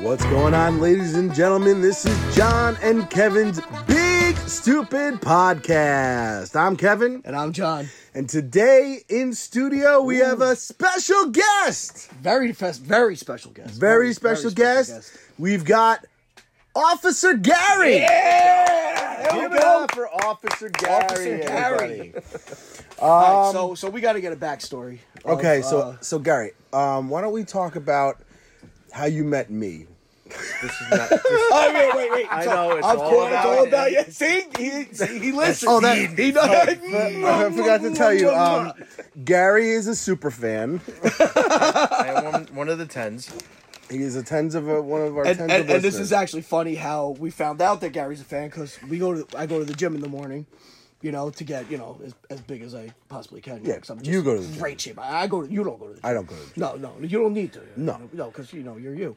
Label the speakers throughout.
Speaker 1: What's going on, ladies and gentlemen? This is John and Kevin's Big Stupid Podcast. I'm Kevin,
Speaker 2: And I'm John.
Speaker 1: and today in studio we have a special guest.
Speaker 2: Very fes- very special guest.
Speaker 1: Very, special, guest. We've got Officer Gary. Give it up for Officer Gary.
Speaker 2: Officer Gary.
Speaker 1: everybody.
Speaker 2: All right, so so we got to get a backstory. of,
Speaker 1: Um, Okay, so
Speaker 2: uh,
Speaker 1: so Gary, um, why don't we talk about how you met me?
Speaker 3: This is not. This,
Speaker 2: oh wait wait wait.
Speaker 3: I
Speaker 2: So,
Speaker 3: know it's
Speaker 2: of
Speaker 3: all
Speaker 2: course,
Speaker 3: about.
Speaker 2: it's all about yeah. See he see, he listens.
Speaker 1: Oh, that-
Speaker 2: he does.
Speaker 1: I forgot to tell you, um, Gary is a super fan.
Speaker 3: I am one, one of the tens.
Speaker 1: He is a tens of a, one of our
Speaker 2: and,
Speaker 1: tens
Speaker 2: and,
Speaker 1: of
Speaker 2: and this is
Speaker 1: listeners.
Speaker 2: actually funny how we found out that Gary's a fan because we go to I go to the gym in the morning, you know, to get you know as, as big as I possibly can.
Speaker 1: Yeah,
Speaker 2: 'cause I'm
Speaker 1: you go to the gym.
Speaker 2: great shape. I, I go to you don't go to the gym.
Speaker 1: I don't go to the gym.
Speaker 2: No, no, you don't need to.
Speaker 1: No.
Speaker 2: no, because you know you're you.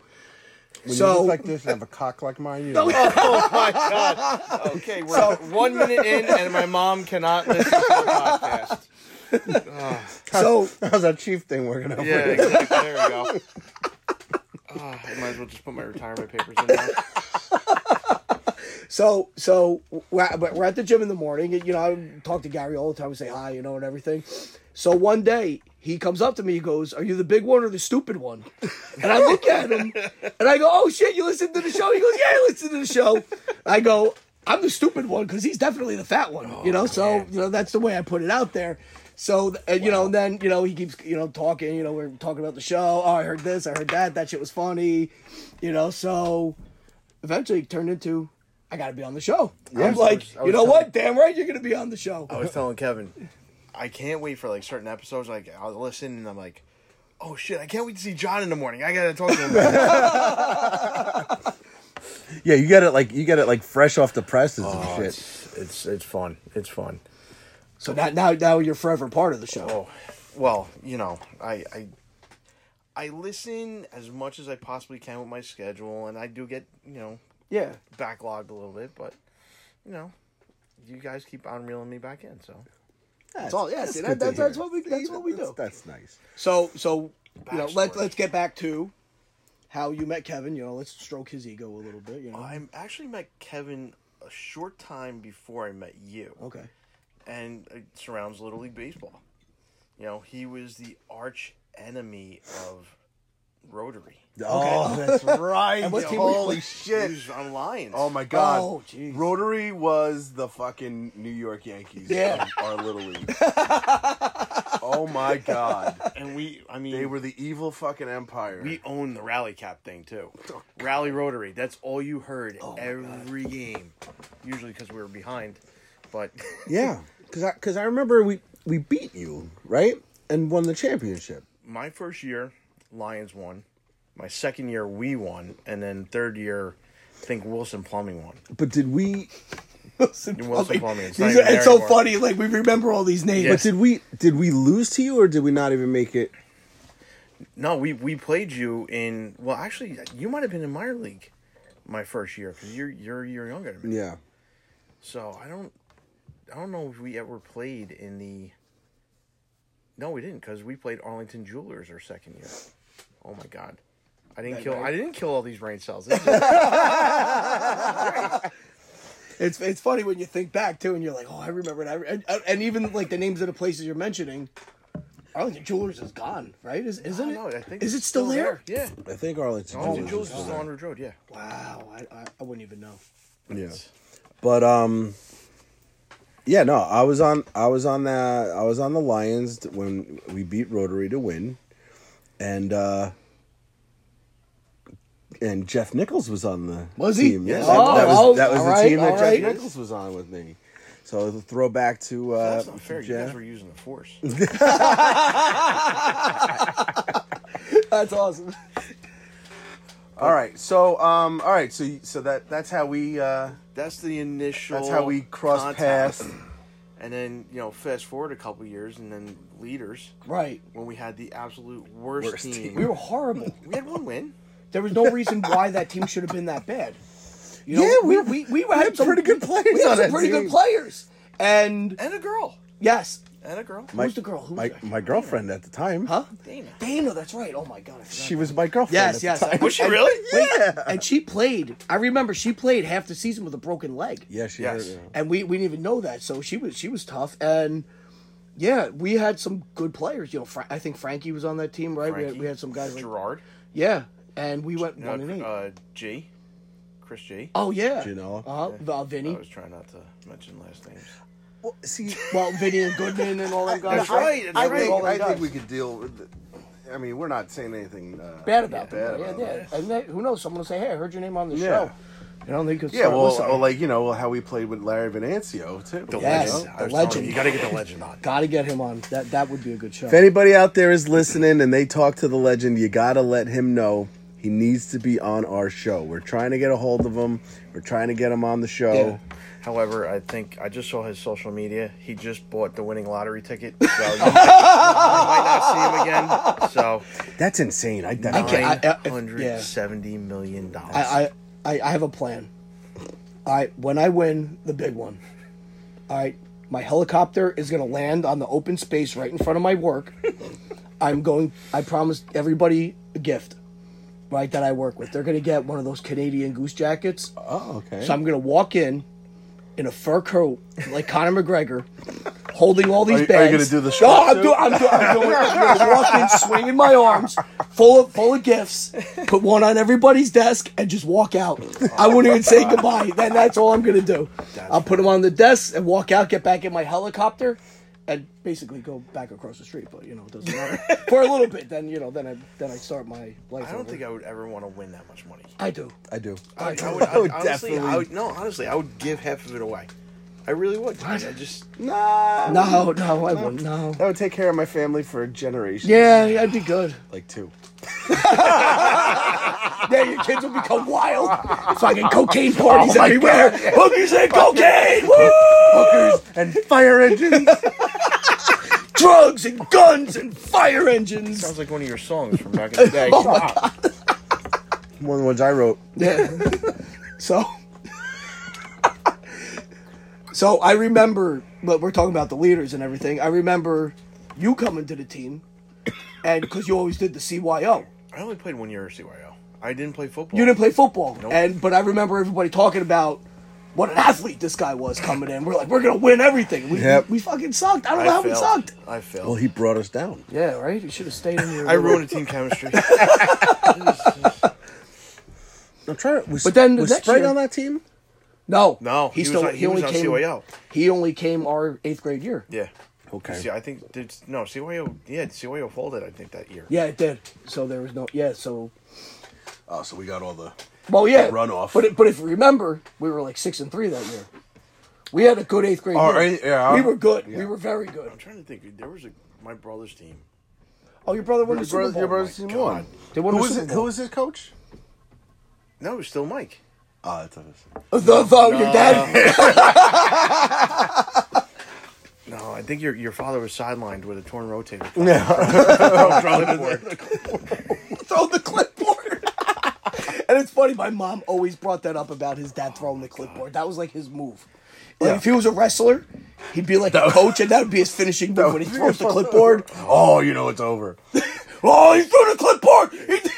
Speaker 1: When you
Speaker 2: so
Speaker 1: look like this and have a cock like mine, you
Speaker 2: No.
Speaker 1: know.
Speaker 3: Oh my god. Okay, we're one minute in, and my mom cannot listen to the podcast.
Speaker 2: so
Speaker 1: how's that chief thing working out? for
Speaker 3: Yeah,
Speaker 1: you?
Speaker 3: exactly. There we go. Ah, I might as well just put my retirement papers in now.
Speaker 2: So, so we're at, but we're at the gym in the morning. And, you know, I talk to Gary all the time. We say hi, you know, and everything. So one day he comes up to me. He goes, "Are you the big one or the stupid one?" And I look at him and I go, "Oh shit, you listen to the show?" He goes, "Yeah, I listen to the show." I go, "I'm the stupid one because he's definitely the fat one." you know, so you know that's the way I put it out there. So th- and, you know, and then you know he keeps you know talking. You know, we're talking about the show. Oh, I heard this. I heard that. That shit was funny. You know, so eventually it turned into I gotta be on the show. I'm
Speaker 1: was-
Speaker 2: like,
Speaker 1: I was
Speaker 2: you know
Speaker 1: telling-
Speaker 2: what? Damn right, you're gonna be on the show.
Speaker 3: I was telling Kevin, I can't wait for like certain episodes. Like I'll listen, and I'm like, oh shit, I can't wait to see John in the morning. I gotta talk to him. about it."
Speaker 1: Yeah, you get it like you get it like fresh off the presses and
Speaker 3: Oh,
Speaker 1: shit.
Speaker 3: it's, it's it's fun. It's fun.
Speaker 2: So now, now, now you're forever part of the show.
Speaker 3: Oh, well, you know, I, I I listen as much as I possibly can with my schedule, and I do get you know
Speaker 2: Yeah,
Speaker 3: backlogged a little bit, but you know, you guys keep on reeling me back in. So
Speaker 2: that's all. Yeah, see, that,
Speaker 1: good to
Speaker 2: that's,
Speaker 1: hear.
Speaker 2: that's what we that's what we do.
Speaker 1: That's nice.
Speaker 2: So, so you know, let
Speaker 3: Backstory.
Speaker 2: let's get back to how you met Kevin. You know, let's stroke his ego a little bit. You know,
Speaker 3: I actually met Kevin a short time before I met you,
Speaker 2: okay.
Speaker 3: and it surrounds Little League baseball. You know, he was the arch enemy of Rotary.
Speaker 1: Oh, that's right.
Speaker 2: And what team were you-
Speaker 1: Holy
Speaker 3: He
Speaker 1: shit.
Speaker 3: was on Lions.
Speaker 1: Oh my god.
Speaker 2: Oh, jeez.
Speaker 1: Rotary was the fucking New York Yankees.
Speaker 2: Yeah.
Speaker 1: of Our little league. oh my god.
Speaker 3: And we, I mean,
Speaker 1: They were the evil fucking empire.
Speaker 3: We own the rally cap thing too.
Speaker 1: Oh,
Speaker 3: rally rotary. That's all you heard every game. Usually because we were behind, but
Speaker 1: yeah. Cause I cause I remember we we beat you, right? And won the championship.
Speaker 3: my first year, Lions won. My second year, we won, and then third year, I think Wilson Plumbing won.
Speaker 1: But did we
Speaker 3: It wasn't Plumbing. It's,
Speaker 2: These
Speaker 3: not
Speaker 2: are-
Speaker 3: even there
Speaker 2: it's so
Speaker 3: anymore.
Speaker 2: funny. Like we remember all these names.
Speaker 1: But did we did we lose to you or did we not even make it?
Speaker 3: No, we we played you in. Well, actually, you might have been in minor league my first year because you're you're you're younger than me.
Speaker 1: Yeah.
Speaker 3: So I don't, I don't know if we ever played in the. No, we didn't because we played Arlington Jewelers our second year. Oh my god, I didn't kill. I didn't kill all these brain cells. This is-
Speaker 2: It's it's funny when you think back too, and you're like, oh, I remember that. And, and even like the names of the places you're mentioning, Arlington Jewelers is gone, right? Is isn't
Speaker 3: I
Speaker 2: it?
Speaker 3: don't know, I think
Speaker 2: is it
Speaker 3: it's
Speaker 2: still, there?
Speaker 3: Yeah,
Speaker 1: I think Arlington
Speaker 2: Oh,
Speaker 3: Arlington
Speaker 1: Jewelers
Speaker 3: Jewelers
Speaker 1: Oh, is
Speaker 3: is still
Speaker 1: there.
Speaker 3: on Ridge Road. Yeah,
Speaker 2: Wow, I, I I wouldn't even know.
Speaker 1: Yeah. But um Yeah, no, I was on I was on the I was on the Lions t- when we beat Rotary to win. And uh and Jeff Nichols was on the
Speaker 2: Was he?
Speaker 1: team.
Speaker 2: Yes.
Speaker 1: that, that
Speaker 2: Oh,
Speaker 1: was, that was the
Speaker 2: alright,
Speaker 1: team that
Speaker 2: alright.
Speaker 1: Jeff Nichols was on with me. So the throwback to uh
Speaker 3: that's not fair. You
Speaker 1: Jeff.
Speaker 3: guys were using the force.
Speaker 2: That's awesome.
Speaker 1: All right. So um all right, so y- so that that's how we uh
Speaker 3: That's the initial.
Speaker 1: That's how we cross
Speaker 3: contact.
Speaker 1: paths.
Speaker 3: And then you know, fast forward a couple years, and then leaders
Speaker 2: Right,
Speaker 3: when we had the absolute worst,
Speaker 1: Worst
Speaker 3: team.
Speaker 1: team.
Speaker 2: we were horrible.
Speaker 3: We had one win.
Speaker 2: There was no reason why that team should have been that bad. You know,
Speaker 1: Yeah, we-
Speaker 2: we, we,
Speaker 1: had
Speaker 2: some
Speaker 1: pretty good players
Speaker 2: We had
Speaker 1: on
Speaker 2: some
Speaker 1: that
Speaker 2: pretty
Speaker 1: team.
Speaker 2: good players, and
Speaker 3: and a girl.
Speaker 2: yes,
Speaker 3: and a girl.
Speaker 1: My,
Speaker 2: Who's the girl? Who was
Speaker 1: my,
Speaker 2: that?
Speaker 1: my girlfriend at the time.
Speaker 2: Huh?
Speaker 3: Dana.
Speaker 2: Dana, that's right. Oh my god, I forgot.
Speaker 1: She was my girlfriend.
Speaker 2: Yes,
Speaker 1: at the
Speaker 2: yes.
Speaker 1: time.
Speaker 3: Was she really?
Speaker 1: Yeah.
Speaker 2: and she played. I remember she played half the season with a broken leg.
Speaker 1: Yeah, she.
Speaker 3: Yes.
Speaker 1: Heard,
Speaker 2: and we, we didn't even know that. So she was she was tough, and yeah, we had some good players. You know, Fra- I think Frankie was on that team, right? We had,
Speaker 3: Frankie,
Speaker 2: we had some guys like
Speaker 3: Gerard.
Speaker 2: yeah, and we went
Speaker 3: No,
Speaker 2: one and eight.
Speaker 3: uh, G. Chris G. I
Speaker 2: oh yeah,
Speaker 1: Janela.
Speaker 2: uh-huh. uh, Vinny,
Speaker 3: was trying not to mention last names.
Speaker 1: well, see,
Speaker 2: well, Vinny and Goodman and all them guys.
Speaker 3: That's right, that's
Speaker 4: I
Speaker 3: right.
Speaker 4: think,
Speaker 2: All them
Speaker 4: I think
Speaker 2: guys.
Speaker 4: we could deal with it. I mean, we're not saying anything uh,
Speaker 2: bad about
Speaker 4: bad
Speaker 2: them. Yeah,
Speaker 4: about
Speaker 2: yeah. And they, who knows? Someone will say, "Hey, I heard your name on the
Speaker 4: Yeah.
Speaker 2: show." You know, they could
Speaker 4: Yeah,
Speaker 2: start
Speaker 4: well,
Speaker 2: listening.
Speaker 4: well, like you know how we played with Larry Venancio too. you
Speaker 2: Yes,
Speaker 4: know?
Speaker 2: the
Speaker 3: I was telling
Speaker 2: legend.
Speaker 3: You, you got to get the legend on.
Speaker 2: Got to get him on. That that would be a good show.
Speaker 1: if anybody out there is listening and they talk to the legend, you gotta let him know he needs to be on our show. We're trying to get a hold of him. We're trying to get him on the show.
Speaker 3: However, I think I just saw his social media. He just bought the winning lottery ticket. So you might not see him again. So
Speaker 1: That's insane. I,
Speaker 2: I can't-
Speaker 3: nine
Speaker 2: I-
Speaker 3: hundred seventy million dollars.
Speaker 2: I, I, I- I have a plan. I when I win the big one, all right, my helicopter is gonna land on the open space right in front of my work. I'm going. I promised everybody a gift, right? That I work with. They're gonna get one of those Canadian goose jackets.
Speaker 1: Oh, okay.
Speaker 2: So I'm gonna walk in in a fur coat like Conor McGregor, holding all
Speaker 4: Are
Speaker 2: these
Speaker 4: you- are
Speaker 2: bags.
Speaker 4: you gonna do the show
Speaker 2: No, I'm,
Speaker 4: too?
Speaker 2: do, I'm, do, I'm doing. I'm gonna walk in swinging my arms, full of full of gifts. Put one on everybody's desk and just walk out. I wouldn't even say goodbye. Then that's all I'm gonna do. I'll put them on the desk and walk out. Get back in my helicopter. And basically go back across the street, but you know it doesn't matter for a little bit. Then you know, then I then I start my life.
Speaker 3: I don't think I would ever want to win that much money.
Speaker 2: I do.
Speaker 1: I do.
Speaker 3: I, I would, I would honestly,
Speaker 1: definitely-
Speaker 3: I would, no, honestly, I would give half of it away. I really would. I just
Speaker 1: Nah.
Speaker 2: No, no, I wouldn't. No.
Speaker 4: That would take care of my family for generations.
Speaker 2: Yeah, that'd be good.
Speaker 1: Like two.
Speaker 2: Yeah, your kids will become wild. Fucking cocaine parties everywhere. Hookers and cocaine. Woo!
Speaker 1: And fire engines.
Speaker 2: Drugs and guns and fire engines.
Speaker 3: sounds like one of your songs from back in the
Speaker 2: Oh
Speaker 3: day.
Speaker 1: One of the ones I wrote.
Speaker 2: Yeah. So. So I remember, but we're talking about the leaders and everything. I remember you coming to the team, and because you always did the CYO.
Speaker 3: I only played one year at CYO. I didn't play football.
Speaker 2: You didn't play football,
Speaker 3: Nope.
Speaker 2: and but I remember everybody talking about what an athlete this guy was coming in. We're like, we're gonna win everything. We,
Speaker 1: Yep.
Speaker 2: we fucking sucked. I don't
Speaker 3: I
Speaker 2: know how we
Speaker 3: failed.
Speaker 2: sucked.
Speaker 3: I failed.
Speaker 1: Well, he brought us down.
Speaker 2: Yeah, right. You should have stayed in your.
Speaker 3: I ruined a team chemistry. Jesus.
Speaker 1: I'm trying. Was,
Speaker 2: But then the
Speaker 1: was
Speaker 2: next
Speaker 1: Sprite
Speaker 2: year-
Speaker 1: on that team?
Speaker 2: No,
Speaker 3: No,
Speaker 2: He,
Speaker 3: he was
Speaker 2: still
Speaker 3: on-
Speaker 2: he,
Speaker 3: he
Speaker 2: only
Speaker 3: was on
Speaker 2: came.
Speaker 3: CYO.
Speaker 2: He only came our eighth grade year.
Speaker 3: yeah.
Speaker 1: Okay.
Speaker 3: See, I think there's no CYO. Yeah, CYO folded. I think that year.
Speaker 2: Yeah, it did. So there was no. Yeah, so.
Speaker 1: Oh, so we got all the.
Speaker 2: Well, yeah.
Speaker 1: Runoff.
Speaker 2: But it, but if you remember, we were like six and three that year. We had a good eighth grade.
Speaker 1: Oh,
Speaker 2: year.
Speaker 1: right, yeah,
Speaker 2: we
Speaker 1: I'm-
Speaker 2: were good. We were very good.
Speaker 3: I'm trying to think. There was a my brother's team.
Speaker 2: Oh, your brother won the
Speaker 4: Your
Speaker 2: Super
Speaker 4: brother,
Speaker 2: Bowl.
Speaker 4: your brother's team
Speaker 3: God.
Speaker 4: won. Who
Speaker 2: They won the
Speaker 4: was
Speaker 2: Super
Speaker 4: it?
Speaker 2: Bowl.
Speaker 4: Who was his coach?
Speaker 3: No, it was still Mike.
Speaker 4: Oh, that's what it is.
Speaker 2: The, the, your dad.
Speaker 3: No, I think your your father was sidelined with a torn rotator.
Speaker 1: Yeah.
Speaker 2: throw the clipboard. and it's funny, my mom always brought that up about his
Speaker 4: Oh
Speaker 2: dad throwing the clipboard. That was like his move. Like if he was a wrestler, he'd be like a coach, and that would be his finishing move when he throws the clipboard.
Speaker 4: Oh, you know it's over.
Speaker 2: Oh, he threw the clipboard. He-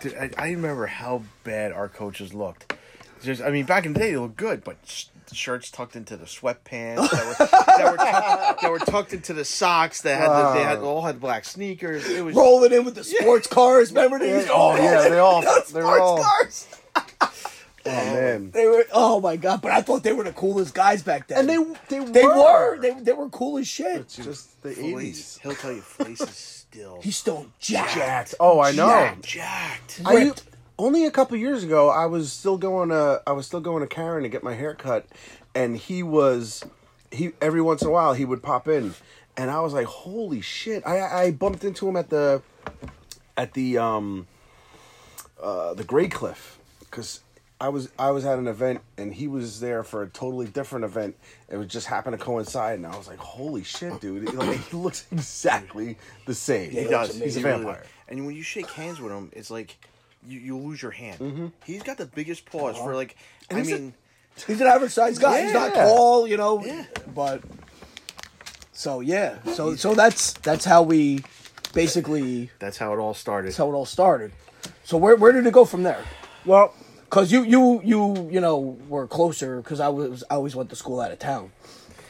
Speaker 3: Dude, I, I remember how bad our coaches looked. Just, I mean, back in the day, they looked good, but sh- shirts tucked into the sweatpants that were, that, were tucked, that were tucked into the socks. That had the, they had all had black sneakers. It was
Speaker 2: Rolling in with the sports cars. Remember they used to
Speaker 4: Oh
Speaker 2: roll
Speaker 4: yeah,
Speaker 2: in
Speaker 4: they all.
Speaker 2: with those
Speaker 4: They're
Speaker 2: sports
Speaker 4: all.
Speaker 2: cars.
Speaker 4: Oh man.
Speaker 2: They were. Oh my god! But I thought they were the coolest guys back then.
Speaker 4: they
Speaker 2: they were. They, they were cool as shit.
Speaker 4: just the
Speaker 3: fleece.
Speaker 4: eighties.
Speaker 3: He'll tell you, fleece is still
Speaker 2: He's still jacked.
Speaker 4: Jacked. Oh, I know.
Speaker 3: jacked. jacked.
Speaker 4: I u-
Speaker 2: Ripped.
Speaker 4: only a couple years ago, I was still going to I was still going to Karen to get my hair cut, and he was he every once in a while he would pop in, and I was like, holy shit! I I bumped into him at the at the um uh the Grey Cliff because. I was I was at an event and he was there for a totally different event. It was just happened to coincide, and I was like, "Holy shit, dude! Like, he looks exactly the same.
Speaker 2: he
Speaker 3: He does.
Speaker 4: He's a
Speaker 3: He really
Speaker 4: vampire.
Speaker 3: does. and when you shake hands with him, it's like you, you lose your hand. He's got the biggest paws for like. I
Speaker 4: he's a-
Speaker 3: mean,
Speaker 2: He's an average sized guy. He's not
Speaker 4: Yeah.
Speaker 2: tall, you know.
Speaker 3: Yeah.
Speaker 2: But So yeah, so so that's that's how we basically
Speaker 3: That's how it all started.
Speaker 2: that's how it all started. So where where did it go from there?
Speaker 4: Well,
Speaker 2: Cause you you you you know were closer because I was I always went to school out of town.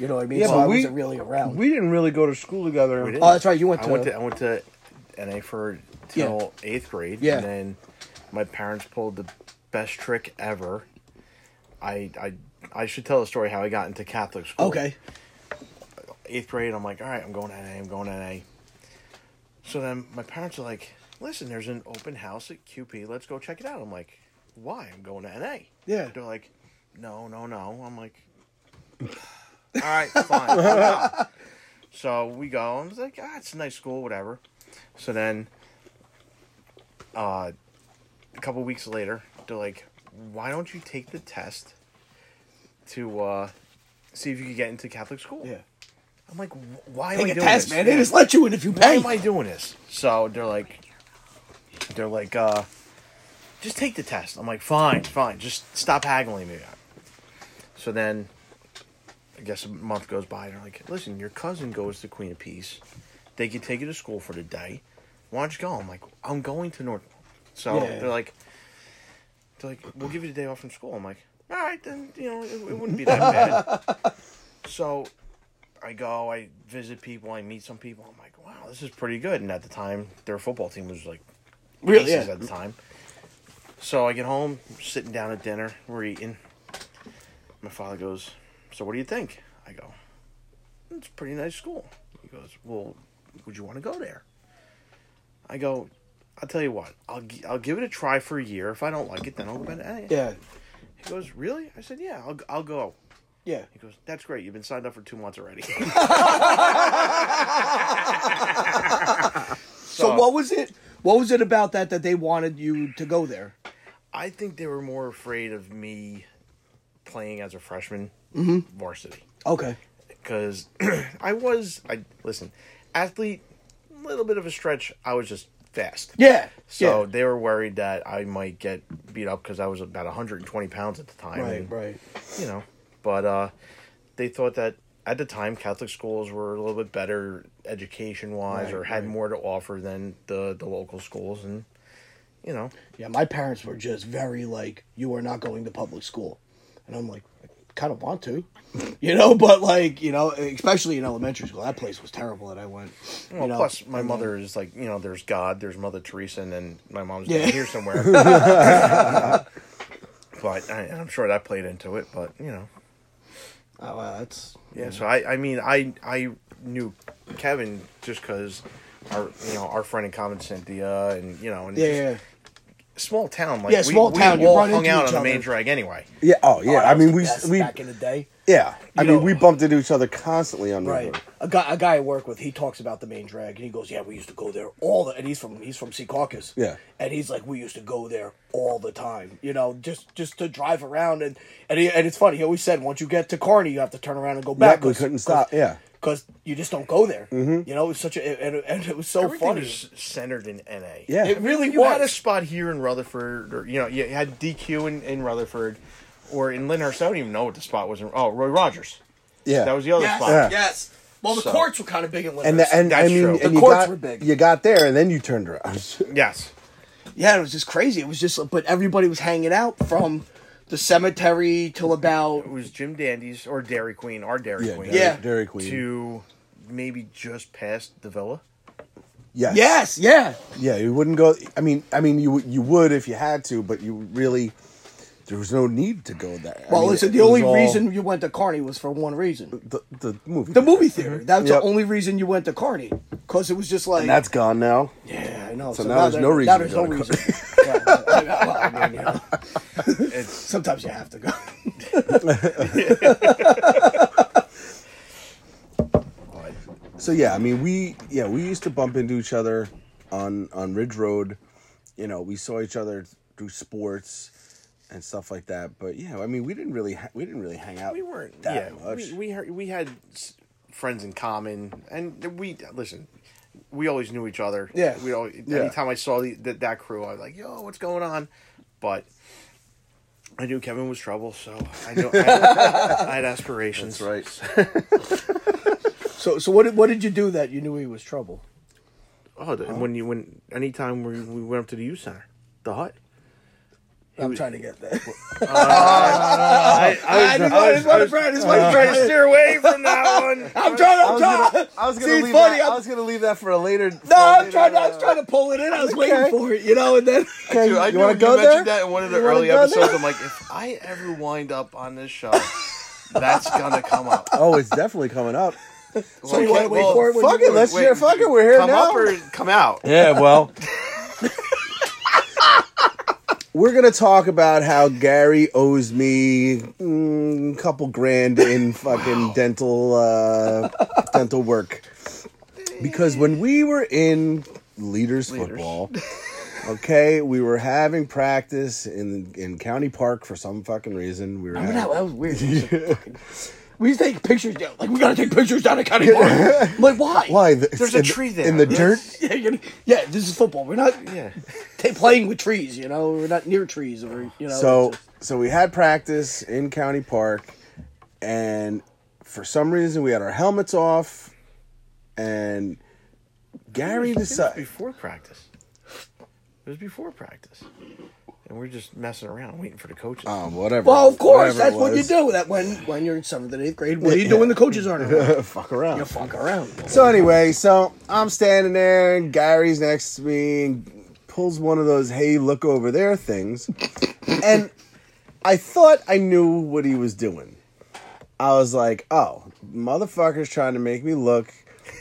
Speaker 2: You know what I mean?
Speaker 4: yeah,
Speaker 2: so
Speaker 4: but
Speaker 2: I
Speaker 4: we
Speaker 2: wasn't really around.
Speaker 4: We didn't really go to school together.
Speaker 3: We didn't.
Speaker 2: Oh, that's right, you went
Speaker 3: I went
Speaker 2: to-
Speaker 3: to I went to NA for till eighth grade.
Speaker 2: Yeah.
Speaker 3: And then my parents pulled the best trick ever. I I I should tell the story how I got into Catholic school.
Speaker 2: okay.
Speaker 3: Eighth grade, I'm like, all right, I'm going to NA. I'm going to NA. So then my parents are like, listen, there's an open house at QP. Let's go check it out. I'm like, why? I'm going to NA.
Speaker 2: Yeah.
Speaker 3: They're like, no, no, no. I'm like, all right, fine. I'm down. so we go. and it's like, ah, it's a nice school, whatever. So then, uh, a couple weeks later, they're like, why don't you take the test to uh, see if you can get into Catholic school?
Speaker 2: Yeah.
Speaker 3: I'm like, "Wh- why am I
Speaker 2: Take a
Speaker 3: doing
Speaker 2: test,
Speaker 3: this?
Speaker 2: man.
Speaker 3: Yeah
Speaker 2: They just let you in if you
Speaker 3: why
Speaker 2: pay.
Speaker 3: am I doing this? So they're like, they're like, uh, just take the test. I'm like, fine, fine, just stop haggling me. So then, I guess a month goes by, and they're like, listen, your cousin goes to Queen of Peace. They could take you to school for the day. Why don't you go? I'm like, I'm going to North. So
Speaker 2: Yeah.
Speaker 3: they're like, they're like, we'll give you the day off from school. I'm like, all right, then you know it, it wouldn't be that bad. so I go, I visit people, I meet some people. I'm like, wow, this is pretty good. And at the time, their football team was like
Speaker 2: Really?
Speaker 3: aces
Speaker 2: Yeah.
Speaker 3: at the time. So I get home, sitting down at dinner, we're eating. My father goes, so what do you think? I go, it's a pretty nice school. He goes, well, would you want to go there? I go, I'll tell you what, I'll gi- I'll give it a try for a year. If I don't like it, then I'll go back to NA."
Speaker 2: Yeah.
Speaker 3: He goes, really? I said, yeah, I'll g- I'll go.
Speaker 2: Yeah.
Speaker 3: He goes, that's great. You've been signed up for two months already.
Speaker 2: So what was it? What was it about that that they wanted you to go there?
Speaker 3: I think they were more afraid of me playing as a freshman
Speaker 2: Mm-hmm.
Speaker 3: varsity
Speaker 2: Okay.
Speaker 3: because I was. I listen, athlete, little bit of a stretch. I was just fast.
Speaker 2: Yeah.
Speaker 3: So
Speaker 2: yeah.
Speaker 3: they were worried that I might get beat up because I was about 120 pounds at the time.
Speaker 2: Right.
Speaker 3: and,
Speaker 2: Right.
Speaker 3: You know, but uh, they thought that at the time Catholic schools were a little bit better education wise or had more to offer than the the local schools and. You know,
Speaker 2: Yeah. My parents were just very like, "You are not going to public school," and I'm like, I kind of want to, you know, but like, you know, especially in elementary school, that place was terrible that I went. You
Speaker 3: Well,
Speaker 2: know,
Speaker 3: plus my mother is like, you know, there's God, there's Mother Teresa, and then my mom's
Speaker 2: Yeah.
Speaker 3: down here somewhere. but I, I'm sure that played into it. But you know,
Speaker 2: Oh, wow, that's
Speaker 3: yeah. So I, I mean, I, I knew Kevin just because our, you know, our friend in common Cynthia, and you know, and
Speaker 2: yeah.
Speaker 3: just-
Speaker 2: yeah.
Speaker 3: small town, like
Speaker 2: Yeah, small town,
Speaker 3: We
Speaker 2: you
Speaker 3: all
Speaker 2: run
Speaker 3: hung
Speaker 2: into
Speaker 3: out
Speaker 2: each
Speaker 3: on the main
Speaker 2: other.
Speaker 3: drag anyway.
Speaker 1: Yeah. Oh, yeah. I mean, we we
Speaker 2: back in the day.
Speaker 1: yeah. I
Speaker 2: You
Speaker 1: mean,
Speaker 2: know-
Speaker 1: we bumped into each other constantly on the
Speaker 2: Right.
Speaker 1: road.
Speaker 2: A guy, a guy I work with, he talks about the main drag, and he goes, "Yeah, we used to go there all the." And he's from he's from Secaucus.
Speaker 1: Yeah.
Speaker 2: And he's like, "We used to go there all the time, you know, just just to drive around." And and he, and it's funny. He always said, "Once you get to Carney, you have to turn around and go back."
Speaker 1: Yep, we couldn't stop. Yeah. Mm-hmm.
Speaker 2: Because you just don't go there. You know, it's such a and, and it was so
Speaker 3: Everything
Speaker 2: funny.
Speaker 3: is centered in NA.
Speaker 1: Yeah.
Speaker 2: It really
Speaker 3: you had a
Speaker 2: was.
Speaker 3: spot here in Rutherford, or you know, you had DQ in, in Rutherford, or in Lyndhurst. I don't even know what the spot was. In, oh, Roy Rogers.
Speaker 1: Yeah.
Speaker 3: that was the other spot.
Speaker 1: Yeah.
Speaker 2: Yes. Well, the
Speaker 3: So-
Speaker 2: courts were kind of big in
Speaker 1: And
Speaker 2: Lyndhurst.
Speaker 1: the, and I
Speaker 3: That's
Speaker 1: mean,
Speaker 3: true.
Speaker 1: and
Speaker 2: The
Speaker 1: you
Speaker 2: courts
Speaker 1: got
Speaker 2: were big.
Speaker 1: you got there, and then you turned around.
Speaker 3: Yes.
Speaker 2: Yeah, it was just crazy. It was just, but everybody was hanging out from the cemetery till about
Speaker 3: It was Jim Dandy's or Dairy Queen, our Dairy
Speaker 1: yeah,
Speaker 3: Queen.
Speaker 1: Dairy,
Speaker 2: Yeah.
Speaker 1: Dairy Queen.
Speaker 3: To maybe just past the villa.
Speaker 1: Yes.
Speaker 2: Yes, yeah.
Speaker 1: Yeah, you wouldn't go. I mean, I mean, you you would if you had to, but you really there was no need to go there. I
Speaker 2: Well,
Speaker 1: mean,
Speaker 2: listen,
Speaker 1: it
Speaker 2: the
Speaker 1: was
Speaker 2: only
Speaker 1: all
Speaker 2: reason you went to Carney was for one reason. Mm-hmm.
Speaker 1: the, the movie
Speaker 2: The movie theater. That's
Speaker 1: Yep.
Speaker 2: the only reason you went to Carney. Because it was just like,
Speaker 1: and that's gone now.
Speaker 2: yeah, I know.
Speaker 1: So now there's
Speaker 2: there-
Speaker 1: no reason
Speaker 2: Now
Speaker 1: to
Speaker 2: there's
Speaker 1: go
Speaker 2: no
Speaker 1: to
Speaker 2: reason. Yeah, I- I- well, I mean, you know,
Speaker 3: It's
Speaker 2: sometimes you have to go.
Speaker 1: So yeah, I mean, we yeah we used to bump into each other on on Ridge Road. You know, we saw each other through sports and stuff like that. But yeah, I mean, we didn't really ha- we didn't really hang out.
Speaker 3: we weren't
Speaker 1: that
Speaker 3: yeah,
Speaker 1: much.
Speaker 3: We we, had- we had s- friends in common, and we listen. We always knew each other.
Speaker 2: Yeah.
Speaker 3: We always,
Speaker 1: Yeah.
Speaker 3: Anytime I saw the, that that crew, I was like, "Yo, what's going on?" But I knew Kevin was trouble, so I knew I, I had aspirations.
Speaker 1: That's right.
Speaker 2: So so what did, what did you do that you knew he was trouble?
Speaker 3: Oh, the, when you when anytime we we went up to the youth center, the hut.
Speaker 2: I'm trying to get that.
Speaker 3: I,
Speaker 2: I just wanted- wanted Brad, just wanted Brad.
Speaker 3: trying to steer away from that one.
Speaker 2: I'm trying. I'm trying.
Speaker 4: I was
Speaker 2: See,
Speaker 4: gonna
Speaker 2: it's
Speaker 4: leave
Speaker 2: funny.
Speaker 4: that. I
Speaker 2: I'm-
Speaker 4: was gonna leave that for a later. for
Speaker 2: no,
Speaker 4: a
Speaker 2: I'm
Speaker 4: later-
Speaker 2: trying. I was trying to pull it in. I was waiting for it, you know, and then.
Speaker 4: Okay,
Speaker 5: Dude, I
Speaker 4: you
Speaker 5: know
Speaker 4: want
Speaker 5: you
Speaker 4: to go there?
Speaker 5: mentioned that in one of the
Speaker 4: You wanna
Speaker 5: early
Speaker 4: go there?
Speaker 5: episodes. I'm like, if I ever wind up on this show, that's gonna come up.
Speaker 1: Oh, it's definitely coming up.
Speaker 5: So
Speaker 2: you wanna wait for it when
Speaker 4: Fuck it, let's hear. Fuck it, we're here
Speaker 5: come
Speaker 4: now.
Speaker 5: up or come out.
Speaker 1: Yeah, well. We're gonna talk about how Gary owes me mm, a couple grand in fucking dental uh, dental work because when we were in leaders, football, okay, we were having practice in in County Park for some fucking reason. We were having,
Speaker 2: That, that was weird. We used to take pictures down. Like, we gotta take pictures down at County Park. I'm like, why?
Speaker 1: why the-
Speaker 5: There's a
Speaker 1: in the-
Speaker 5: tree there.
Speaker 1: in the dirt.
Speaker 2: Yeah, you're gonna, yeah, this is football. We're not
Speaker 3: Yeah.
Speaker 2: ta- playing with trees, you know? We're not near trees. Or, you know,
Speaker 1: so
Speaker 2: it's just-
Speaker 1: so we had practice in County Park, and for some reason we had our helmets off, and Gary
Speaker 3: It was
Speaker 1: decided.
Speaker 3: before practice. It was before practice, and we're just messing around, waiting for the coaches.
Speaker 1: Um, whatever.
Speaker 2: well, of course,
Speaker 1: whatever it
Speaker 2: that's what you
Speaker 1: was.
Speaker 2: do. That when when you're in seventh and eighth grade, what do you do when the coaches aren't around?
Speaker 1: Fuck around.
Speaker 2: You fuck around.
Speaker 1: So anyway, so I'm standing there, and Gary's next to me, and pulls one of those "Hey, look over there" things, and I thought I knew what he was doing. I was like, "Oh, motherfucker's trying to make me look,"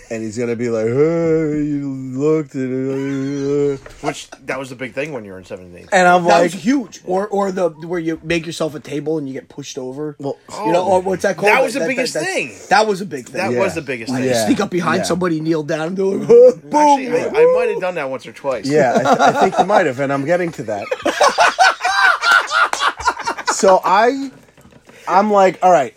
Speaker 1: and he's gonna be like, "Hey, you looked," and,
Speaker 3: Which that was the big thing when you were in seventh and eighth.
Speaker 1: and I'm
Speaker 2: That
Speaker 1: like,
Speaker 2: was huge. Or or the where you make yourself a table and you get pushed over.
Speaker 1: Well,
Speaker 2: you know, or what's that called?
Speaker 3: Oh, That was the biggest
Speaker 2: that's-
Speaker 3: thing.
Speaker 2: That was a big thing.
Speaker 3: That
Speaker 1: Yeah.
Speaker 3: was the biggest thing.
Speaker 2: You
Speaker 1: Yeah.
Speaker 2: Sneak up behind
Speaker 1: Yeah.
Speaker 2: somebody, kneel down, and do it. boom.
Speaker 3: Mm-hmm. Actually, I, I might have done that once or twice.
Speaker 1: Yeah, I, th- I think you might have, and I'm getting to that. so I, I'm like, all right.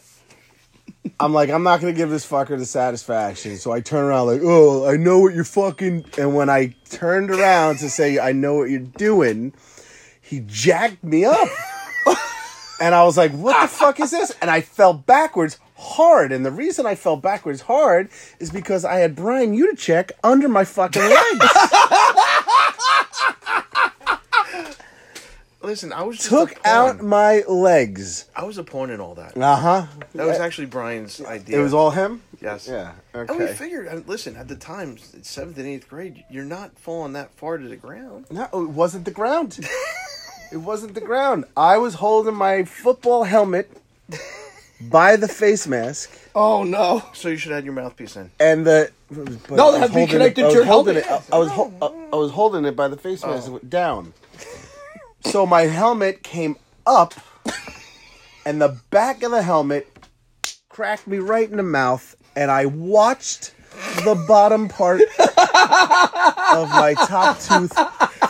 Speaker 1: I'm like, I'm not gonna give this fucker the satisfaction. So I turn around like, oh, I know what you're fucking. And when I turned around to say, I know what you're doing, he jacked me up. And I was like, what the fuck is this? And I fell backwards hard. And the reason I fell backwards hard is because I had Brian Uticek under my fucking legs.
Speaker 3: Listen, I was just a
Speaker 1: took
Speaker 3: pawn.
Speaker 1: out my legs.
Speaker 3: I was a pawn in all that.
Speaker 1: Uh huh.
Speaker 3: That was actually Brian's idea.
Speaker 1: It was all him.
Speaker 3: Yes.
Speaker 1: Yeah.
Speaker 3: And we
Speaker 1: Okay.
Speaker 3: figured. and Listen, at the time, seventh and eighth grade, you're not falling that far to the ground.
Speaker 1: No, it wasn't the ground. it wasn't the ground. I was holding my football helmet by the face mask,
Speaker 2: Oh no.
Speaker 3: So you should have had your mouthpiece in.
Speaker 1: and the
Speaker 2: No, that had to be connected to your
Speaker 1: holding
Speaker 2: helmet.
Speaker 1: It, I, I was hol- I, I was holding it by the face mask
Speaker 3: Oh.
Speaker 1: and went down. So my helmet came up, and the back of the helmet cracked me right in the mouth, and I watched the bottom part of my top tooth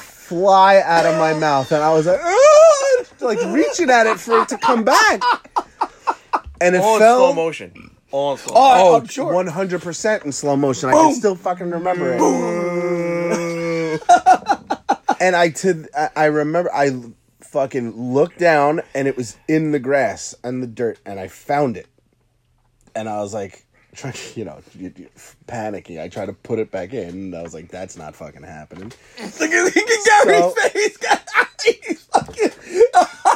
Speaker 1: fly out of my mouth, and I was like, "Ah!" like reaching at it for it to come back, and it
Speaker 3: All Oh, in
Speaker 1: fell.
Speaker 3: slow motion. All in slow.
Speaker 2: Oh,
Speaker 1: Oh,
Speaker 2: I'm sure.
Speaker 1: 100% in slow motion. I can still fucking remember it. and I to I- I remember I fucking looked down and it was in the grass and the dirt and I found it. And I was like trying to, you know, you- you- panicking. I tried to put it back in and I was like that's not fucking happening.
Speaker 2: Look at, look at Gary's
Speaker 1: So-
Speaker 2: face. He's fucking.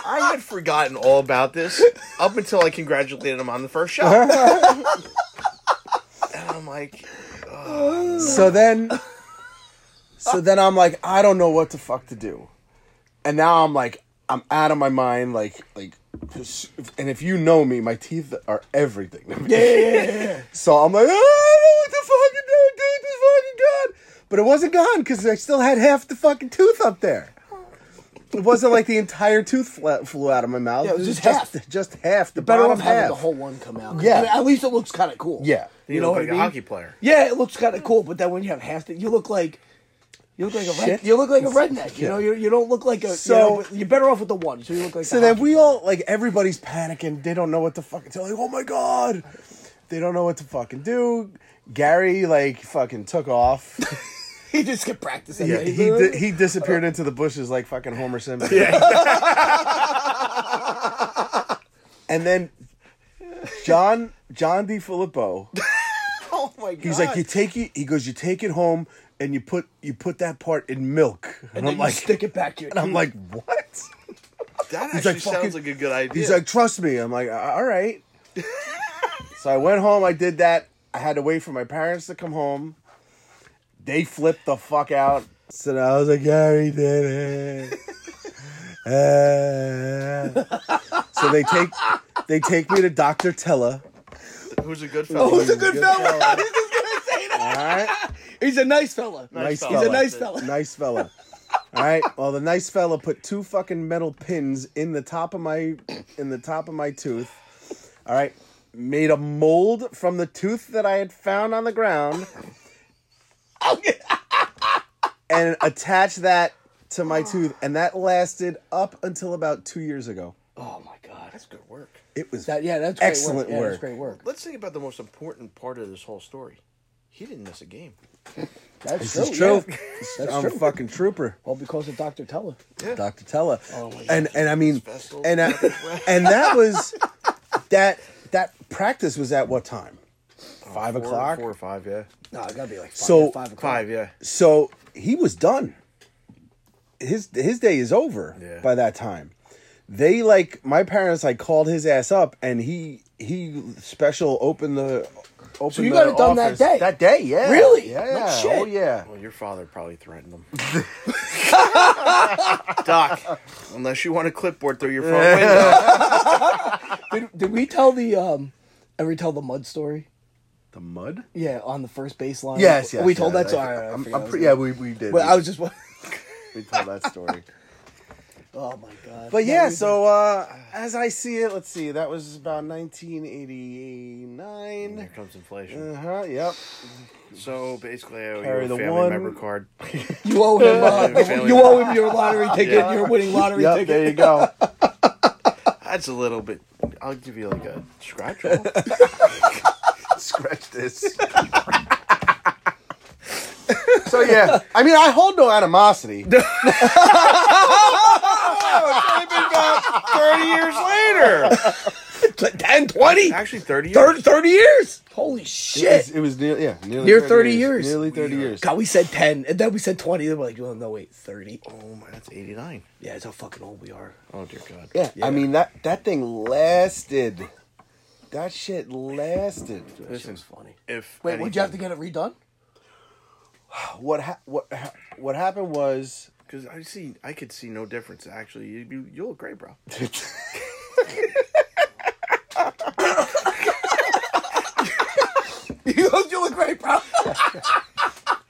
Speaker 3: I had forgotten all about this up until I congratulated him on the first shot. and I'm like,
Speaker 1: So then so then I'm like I don't know what the fuck to do. And now I'm like I'm out of my mind like like and if you know me, my teeth are everything. to me. So I'm like, oh, I don't know what the fucking do, dude. This fucking gone. But it wasn't gone because I still had half the fucking tooth up there. It wasn't like the entire tooth fla- flew out of my mouth.
Speaker 2: Yeah, it was just
Speaker 1: just just half. The
Speaker 2: Better
Speaker 1: bottom
Speaker 2: off having
Speaker 1: half.
Speaker 2: the whole one come out.
Speaker 1: Yeah.
Speaker 2: I mean, at least it looks kind of cool.
Speaker 1: Yeah.
Speaker 3: you,
Speaker 2: You know
Speaker 3: look
Speaker 2: what
Speaker 3: like
Speaker 2: I mean?
Speaker 3: a hockey player.
Speaker 2: Yeah, it looks kind of cool, but then when you have half the, you look like. You look like a red, you look like a redneck. You know, you, you don't look like a.
Speaker 1: So-
Speaker 2: you know, but you're better off with the one. So you look like.
Speaker 1: So
Speaker 2: the
Speaker 1: then
Speaker 2: hockey
Speaker 1: we all like everybody's panicking. They don't know what the fuck. They're like, oh my god, they don't know what to fucking do. Gary like fucking took off.
Speaker 2: He just kept practicing.
Speaker 1: Yeah, he di- he disappeared into the bushes like fucking Homer Simpson.
Speaker 2: oh
Speaker 1: and then John John D. Filippo
Speaker 5: my god.
Speaker 1: He's like, you take it. He goes, you take it home and you put you put that part in milk. And,
Speaker 2: And
Speaker 1: I'm
Speaker 2: then
Speaker 1: like,
Speaker 2: you stick it back to your
Speaker 1: and I'm like, what?
Speaker 5: that
Speaker 1: he's
Speaker 5: actually
Speaker 1: like,
Speaker 5: sounds
Speaker 1: fucking-
Speaker 5: like a good idea.
Speaker 1: He's like, trust me. I'm like, all right. so I went home. I did that. I had to wait for my parents to come home. They flipped the fuck out. So then I was like, Gary did it. Ah. so they take they take me to Doctor Tella.
Speaker 5: who's a good fellow?
Speaker 2: Who's a good fella? I was just gonna say that.
Speaker 1: All right.
Speaker 2: He's a nice fella.
Speaker 1: Nice
Speaker 5: fella.
Speaker 2: He's a
Speaker 1: fella.
Speaker 2: nice fella.
Speaker 1: Nice fella. All right. Well, the nice fella put two fucking metal pins in the top of my in the top of my tooth. All right. Made a mold from the tooth that I had found on the ground and attached that to my tooth and that lasted up until about 2 years ago.
Speaker 2: Oh my god.
Speaker 5: That's good work.
Speaker 1: It was
Speaker 2: That yeah, that's
Speaker 1: Excellent
Speaker 2: great work. Yeah, that's
Speaker 1: work.
Speaker 2: great work.
Speaker 5: Let's think about the most important part of this whole story. He didn't miss a game.
Speaker 2: That's
Speaker 1: this is
Speaker 2: true.
Speaker 1: true.
Speaker 2: Oh, yeah.
Speaker 1: I'm
Speaker 2: That's
Speaker 1: a
Speaker 2: true.
Speaker 1: fucking trooper.
Speaker 2: Well, because of Dr. Teller.
Speaker 1: Dr. Tella.
Speaker 4: Oh
Speaker 2: my God.
Speaker 1: and and I mean
Speaker 5: Vessel,
Speaker 1: and I, and that was that that practice was at what time?
Speaker 4: Uh,
Speaker 1: Five
Speaker 3: Four-
Speaker 1: o'clock.
Speaker 3: four or five, yeah,
Speaker 2: No, it gotta be like five,
Speaker 1: So-
Speaker 2: five o'clock.
Speaker 3: five, yeah.
Speaker 1: So he was done. His his day is over
Speaker 3: Yeah.
Speaker 1: by that time. They like my parents. I called his ass up, and he he special opened the opened.
Speaker 2: So you
Speaker 1: the
Speaker 2: got it done that
Speaker 1: office.
Speaker 2: day.
Speaker 4: That day, yeah.
Speaker 2: Really?
Speaker 4: Yeah.
Speaker 2: No shit.
Speaker 4: Oh yeah.
Speaker 3: Well, your father probably threatened them. Doc, unless you want a clipboard through your front window.
Speaker 2: did, did we tell the um ever tell the mud story?
Speaker 1: The mud.
Speaker 2: Yeah, on the first baseline.
Speaker 4: Yes, yes.
Speaker 2: We told
Speaker 4: yeah,
Speaker 2: that
Speaker 4: I-
Speaker 2: story. All right, I
Speaker 4: I'm,
Speaker 2: forgot
Speaker 4: I'm
Speaker 2: what
Speaker 4: pre-
Speaker 2: it
Speaker 4: yeah,
Speaker 2: was.
Speaker 4: we, we did.
Speaker 2: But
Speaker 4: we,
Speaker 2: I was just.
Speaker 4: we told that story.
Speaker 2: Oh my god.
Speaker 1: But
Speaker 2: No,
Speaker 1: yeah,
Speaker 2: we did.
Speaker 1: so uh, as I see it, let's see. That was about 1989.
Speaker 3: Here comes
Speaker 1: Uh
Speaker 3: inflation.
Speaker 1: huh. Yep.
Speaker 3: So basically, I owe you
Speaker 1: Carry
Speaker 3: a
Speaker 1: the
Speaker 3: family
Speaker 1: one.
Speaker 3: member card.
Speaker 2: you owe him. Uh,
Speaker 3: Family-
Speaker 2: you owe him your lottery ticket.
Speaker 3: Yeah.
Speaker 2: Your winning lottery
Speaker 1: Yep.
Speaker 2: ticket.
Speaker 1: There you go.
Speaker 3: That's a little bit. I'll give you like a scratch off.
Speaker 4: Scratch this. so yeah, I mean, I hold no animosity.
Speaker 3: Thirty years later.
Speaker 2: 10, 20,
Speaker 3: Actually, thirty years.
Speaker 2: 30, 30 years. Holy
Speaker 4: It was,
Speaker 2: shit.
Speaker 4: it was near, yeah, nearly
Speaker 2: Near 30 years.
Speaker 4: Nearly thirty years.
Speaker 2: God, we said 10, and then we said 20. Then we're like, well, no, wait, 30.
Speaker 3: Oh my, that's eighty-nine.
Speaker 2: Yeah, that's how fucking old we are.
Speaker 3: Oh dear God.
Speaker 4: Yeah, I mean that that thing lasted. That shit lasted.
Speaker 2: This
Speaker 3: Listen,
Speaker 2: is funny.
Speaker 3: if
Speaker 2: Wait, would you have to get it redone?
Speaker 4: What ha- what ha- what happened was
Speaker 3: Because I see, I could see no difference. Actually, you, you, you look great, bro.
Speaker 2: you look great, bro.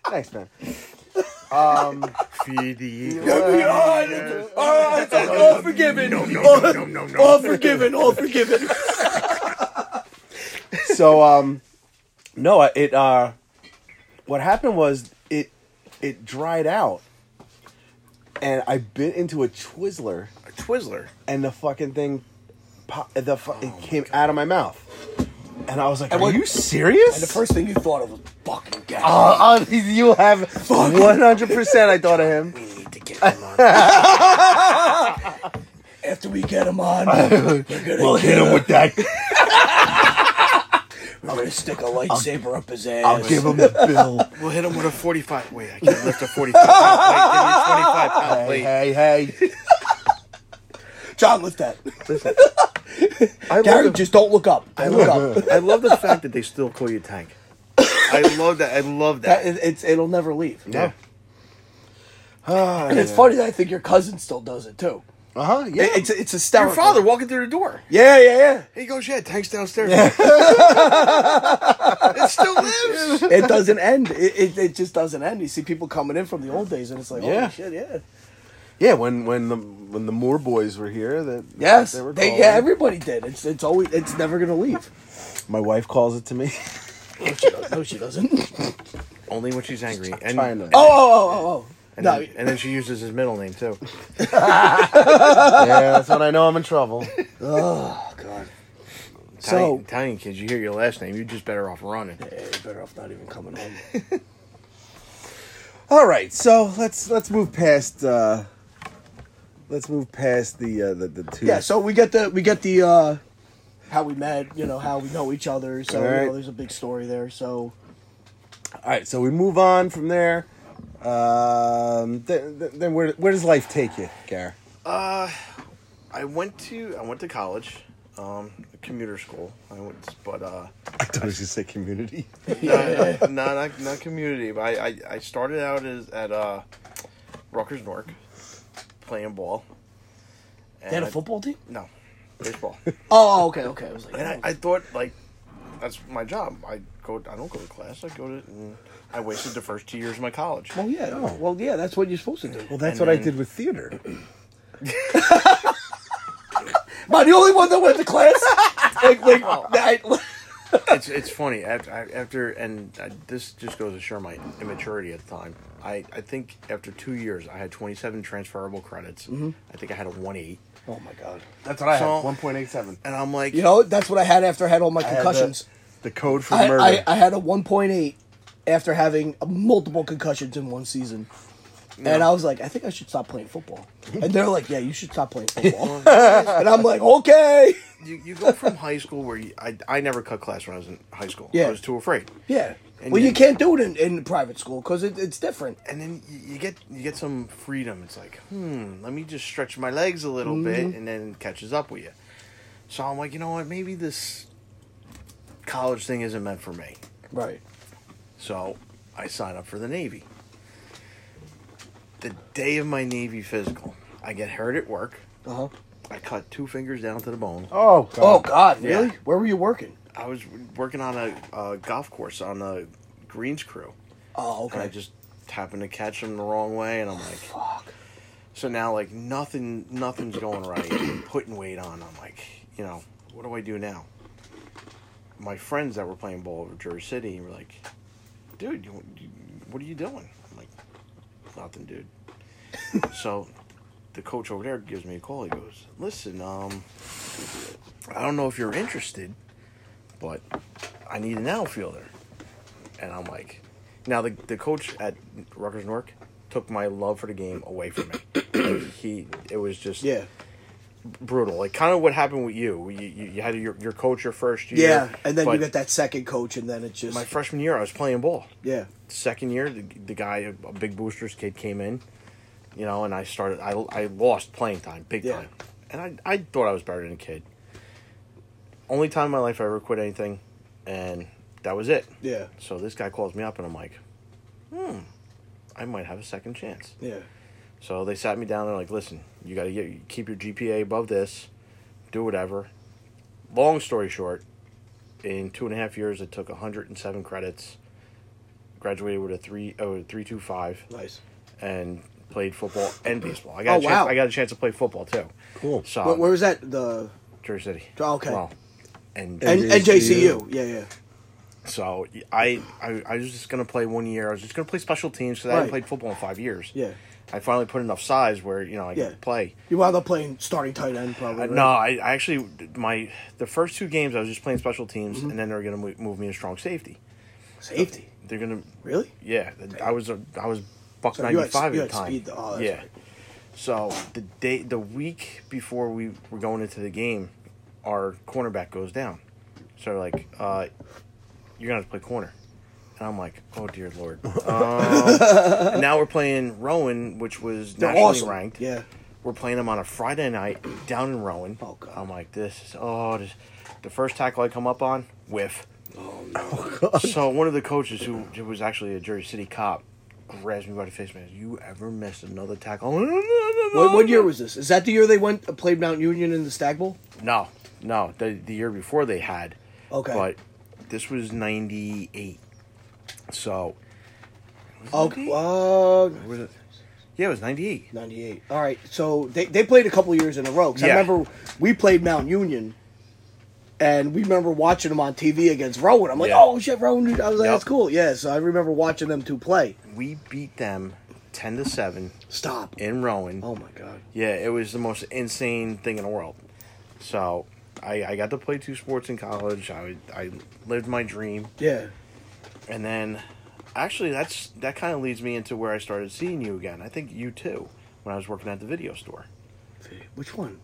Speaker 4: thanks, man.
Speaker 3: Feed the eagle.
Speaker 2: All right, that's all forgiven. all, all forgiven. All forgiven.
Speaker 4: so um no I- it uh what happened was it it dried out and i bit into a twizzler
Speaker 3: A Twizzler.
Speaker 4: and the fucking thing pop, the fu- it came out of Oh my mouth and i was like are
Speaker 2: what-
Speaker 4: you serious
Speaker 2: And the first thing you thought of was fucking gas.
Speaker 1: Ah.
Speaker 4: Uh, uh, you have 100% i thought of him
Speaker 2: we need to get him on. After we get him on, we're gonna,
Speaker 4: we'll hit him with that
Speaker 2: we're gonna stick a lightsaber up his ass.
Speaker 4: i'll give him the bill
Speaker 3: We'll hit him with a forty-five. Wait, I can't lift a forty-five pound
Speaker 4: hey
Speaker 3: plate. Give me a twenty-five pound plate.
Speaker 4: hey hey
Speaker 2: John, lift that.
Speaker 3: I
Speaker 2: Gary,
Speaker 3: love, the,
Speaker 2: just don't look up. Don't look up.
Speaker 3: I love the fact that they still call you Tank. I love that. I love
Speaker 2: That
Speaker 3: that.
Speaker 2: is- it's it'll never leave.
Speaker 3: yeah.
Speaker 2: And it's funny that I think your cousin still does it too.
Speaker 4: uh-huh yeah
Speaker 2: It- it's it's hysterical.
Speaker 3: Your father walking through the door.
Speaker 2: Yeah, yeah,
Speaker 3: He goes, "Yeah, Tank's downstairs." it still lives.
Speaker 2: yeah. It doesn't end. It, it it just doesn't end. You see people coming in from the old days, and it's like, holy
Speaker 4: Yeah.
Speaker 2: shit, yeah.
Speaker 4: yeah when when the when the moore boys were here that
Speaker 2: Yes,
Speaker 4: they were
Speaker 2: they,
Speaker 4: calling.
Speaker 2: yeah. Everybody did. It's it's always it's never gonna leave.
Speaker 4: my wife calls it to me
Speaker 2: No, she doesn't. No, she doesn't. oh,
Speaker 3: Only when she's angry. And,
Speaker 4: trying to-
Speaker 2: oh, oh, oh, oh.
Speaker 3: and,
Speaker 2: No,
Speaker 3: then, and then she uses his middle name too.
Speaker 4: yeah, that's when I know I'm in trouble.
Speaker 2: oh god.
Speaker 3: Italian,
Speaker 2: So
Speaker 3: Italian kids, you hear your last name, you're just better off running.
Speaker 2: yeah, you're better off not even coming home.
Speaker 1: All right, so let's let's move past uh let's move past the uh the, the two
Speaker 2: yeah, so we get the we get the uh how we met, you know, how we know each other. So you
Speaker 1: Alright.
Speaker 2: know, there's a big story there. So
Speaker 1: All right, so we move on from there. Um, then, then- then where where does life take you, Gar?
Speaker 3: Uh, I went to I went to college, um, commuter school. I went, but uh,
Speaker 1: I thought you was gonna say community.
Speaker 3: no, not not community. But I, I, I started out as at uh, Rutgers Nork, playing ball. And
Speaker 2: They had a
Speaker 3: I-
Speaker 2: football team.
Speaker 3: No, baseball.
Speaker 2: Oh, okay, okay. I was like,
Speaker 3: and I,
Speaker 2: oh.
Speaker 3: I thought like that's my job. I go. I don't go to class. I go to. And I wasted the first two years of my college.
Speaker 2: well, yeah,
Speaker 1: Oh.
Speaker 2: well, yeah. That's what you're supposed to do.
Speaker 1: Well, that's
Speaker 3: And
Speaker 1: what I
Speaker 3: then-
Speaker 1: did with theater.
Speaker 2: Am I the only one that went to class? Oh. like, like, I,
Speaker 3: it's it's funny after, after and uh, this just goes to show my immaturity at the time. I, I think after two years, I had twenty seven transferable credits. I think I had a one eight,
Speaker 2: oh my god.
Speaker 4: That's what I
Speaker 3: So-
Speaker 4: had. One point eight seven.
Speaker 3: and I'm like,
Speaker 2: You know, that's what I had after I had all my
Speaker 4: had the-
Speaker 2: concussions.
Speaker 1: The code for
Speaker 2: I,
Speaker 1: murder.
Speaker 2: I, I had a 1.8 after having multiple concussions in one season. And I was like, I think I should stop playing football. And they're like, Yeah, you should stop playing football. and I'm like, Okay.
Speaker 3: you, you go from high school where you, I I never cut class when I was in high school.
Speaker 2: Yeah.
Speaker 3: I was too afraid.
Speaker 2: Yeah.
Speaker 3: And
Speaker 2: well,
Speaker 3: you-
Speaker 2: you can't do it in, in private school because it, it's different.
Speaker 3: and then y- you get you get some freedom. It's like, hmm, let me just stretch my legs a little bit, and then it catches up with you. So I'm like, you know what? Maybe this college thing isn't meant for me.
Speaker 2: Right.
Speaker 3: So I sign up for the Navy. The day of my Navy physical, I get hurt at work.
Speaker 2: Uh huh.
Speaker 3: I cut two fingers down to the bone.
Speaker 4: Oh god.
Speaker 2: Oh, God.
Speaker 3: Yeah.
Speaker 2: Really? Where were you working?
Speaker 3: I was working on a, a golf course on the greens crew,
Speaker 2: Oh, okay.
Speaker 3: and I just happened to catch them the wrong way, and I'm like,
Speaker 2: Fuck.
Speaker 3: So now like nothing nothing's going right. I'm putting weight on. I'm like, you know, what do I do now? My friends that were playing ball over Jersey City were like, dude, you, you, what are you doing? I'm like, nothing, dude. so the coach over there gives me a call. He goes, listen, um, I don't know if you're interested, but I need an outfielder. And I'm like, now the, the coach at Rutgers Nork took my love for the game away from me. Like, he, it was just
Speaker 2: Yeah.
Speaker 3: brutal. Like kind of what happened with you. You, you, you had your, your coach your first year.
Speaker 2: Yeah. And then you
Speaker 3: but
Speaker 2: get that second coach, and then it just.
Speaker 3: My freshman year, I was playing ball.
Speaker 2: yeah.
Speaker 3: Second year, the, the guy, a big boosters kid, came in, you know, and I started. I, I lost playing time, big
Speaker 2: Yeah.
Speaker 3: time, and I I thought I was better than a kid. Only time in my life I ever quit anything, and that was it.
Speaker 2: Yeah.
Speaker 3: So this guy calls me up, and I'm like, hmm, I might have a second chance.
Speaker 2: Yeah.
Speaker 3: So they sat me down. They're like, "Listen, you got to get keep your GPA above this, do whatever." Long story short, in two and a half years, I took 107 credits, graduated with a three oh three two five,
Speaker 2: Nice.
Speaker 3: and played football and baseball. I got
Speaker 2: Oh,
Speaker 3: a chance,
Speaker 2: wow.
Speaker 3: I got a chance to play football too.
Speaker 1: Cool.
Speaker 3: So
Speaker 2: Where, where was that? The.
Speaker 3: Jersey City.
Speaker 2: Oh, okay.
Speaker 3: Well, and,
Speaker 2: And, and
Speaker 1: JCU.
Speaker 3: uh,
Speaker 2: JCU. Yeah, yeah.
Speaker 3: so I, I I was just gonna play one year. I was just gonna play special teams because I
Speaker 2: Right.
Speaker 3: hadn't played football in five years.
Speaker 2: Yeah.
Speaker 3: I finally put enough size where you know I
Speaker 2: Yeah.
Speaker 3: could play.
Speaker 2: You wound up playing starting tight end, probably.
Speaker 3: Uh,
Speaker 2: right?
Speaker 3: No, I, I actually my the first two games I was just playing special teams,
Speaker 2: Mm-hmm.
Speaker 3: and then they're gonna move, move me to strong safety.
Speaker 2: Safety.
Speaker 3: They're gonna
Speaker 2: Really?
Speaker 3: yeah. I was a, I was buck
Speaker 2: So you
Speaker 3: ninety
Speaker 2: had-
Speaker 3: five
Speaker 2: you
Speaker 3: at the
Speaker 2: had
Speaker 3: time.
Speaker 2: speed, oh, that's
Speaker 3: yeah.
Speaker 2: right.
Speaker 3: So the day the week before we were going into the game, our cornerback goes down. So they're like, uh, you're gonna have to play corner. And I'm like, oh dear lord. Um, and now we're playing Rowan, which was
Speaker 2: They're
Speaker 3: nationally
Speaker 2: awesome.
Speaker 3: ranked.
Speaker 2: Yeah.
Speaker 3: We're playing them on a Friday night down in Rowan.
Speaker 2: Oh, God.
Speaker 3: I'm like, this is oh, this, the first tackle I come up on, whiff. So one of the coaches who, who was actually a Jersey City cop grabs me by the face, man. You ever miss another tackle? No, no, no, no,
Speaker 2: What,
Speaker 3: no."
Speaker 2: what year was this? Is that the year they went played Mount Union in the Stag Bowl?
Speaker 3: No, no. The the year before they had.
Speaker 2: Okay.
Speaker 3: But this was ninety eight. So
Speaker 2: Okay. Uh,
Speaker 3: was it? Yeah, it was ninety eight.
Speaker 2: 98. All right. So they, they played a couple of years in a row. 'cause
Speaker 3: Yeah.
Speaker 2: I remember we played Mount Union and we remember watching them on TV against Rowan. I'm like,
Speaker 3: Yeah.
Speaker 2: oh, shit, Rowan. I was like,
Speaker 3: Yep.
Speaker 2: that's cool. Yeah. So I remember watching them two play.
Speaker 3: We beat them ten to seven
Speaker 2: Stop.
Speaker 3: in Rowan.
Speaker 2: Oh, my God.
Speaker 3: Yeah, it was the most insane thing in the world. So I, I got to play two sports in college. I I lived my dream.
Speaker 2: Yeah.
Speaker 3: and then actually that's that kind of leads me into where I started seeing you again. I think you too when I was working at the video store.
Speaker 2: Which one?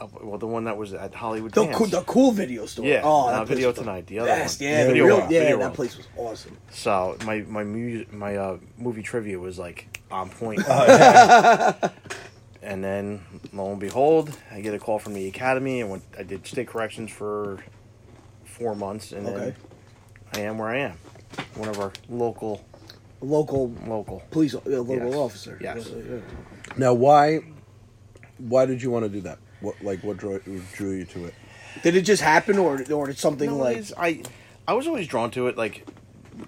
Speaker 3: uh, well, the one that was at Hollywood
Speaker 2: The
Speaker 3: Dance.
Speaker 2: cool, the cool video store.
Speaker 3: yeah,
Speaker 2: oh,
Speaker 3: not
Speaker 2: that place
Speaker 3: video
Speaker 2: was the
Speaker 3: tonight. The other
Speaker 2: Best,
Speaker 3: one,
Speaker 2: yeah, the
Speaker 3: video
Speaker 2: real-
Speaker 3: one,
Speaker 2: yeah,
Speaker 3: video
Speaker 2: that
Speaker 3: one.
Speaker 2: place was awesome.
Speaker 3: So my my mu- my uh, movie trivia was like on point.
Speaker 2: Oh,
Speaker 3: and then lo and behold, I get a call from the academy. and went. I did state corrections for four months, and
Speaker 2: Okay.
Speaker 3: then I am where I am. One of our local
Speaker 2: Local
Speaker 3: local.
Speaker 2: police, uh, local
Speaker 3: Yes.
Speaker 2: officer.
Speaker 3: Yes.
Speaker 2: Yeah.
Speaker 1: Now, why, why did you want to do that? What like what drew drew you to it?
Speaker 2: Did it just happen, or or did something
Speaker 3: No, it
Speaker 2: like?
Speaker 3: is- I, I was always drawn to it. Like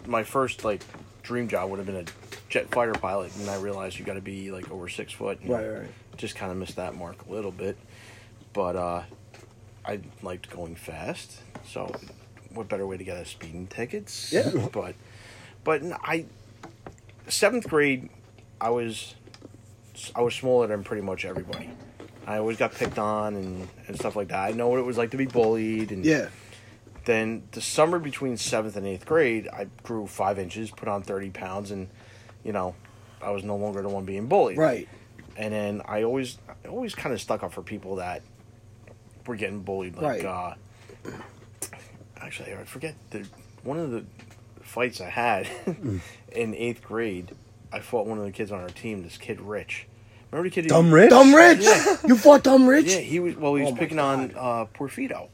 Speaker 3: my first like dream job would have been a jet fighter pilot, and I realized you got to be like over six foot. and
Speaker 2: Right, right.
Speaker 3: Just kind of missed that mark a little bit, but uh, I liked going fast. So, what better way to get a speeding tickets?
Speaker 2: Yeah.
Speaker 3: But, but n- I, seventh grade, I was, I was smaller than pretty much everybody. I always got picked on and, and stuff like that. I know what it was like to be bullied and
Speaker 2: Yeah.
Speaker 3: then the summer between seventh and eighth grade, I grew five inches, put on 30 pounds, and, you know, I was no longer the one being bullied.
Speaker 2: Right.
Speaker 3: And then I always, I always kind of stuck up for people that were getting bullied. Like,
Speaker 2: Right.
Speaker 3: uh, actually, I forget the one of the fights I had in eighth grade. I fought one of the kids on our team. This kid Rich. Remember the kid? who-
Speaker 1: Dumb Rich?
Speaker 2: Dumb Rich. You fought Dumb Rich.
Speaker 3: Yeah, he was. Well, he was
Speaker 2: Oh my
Speaker 3: picking on uh, Porfido.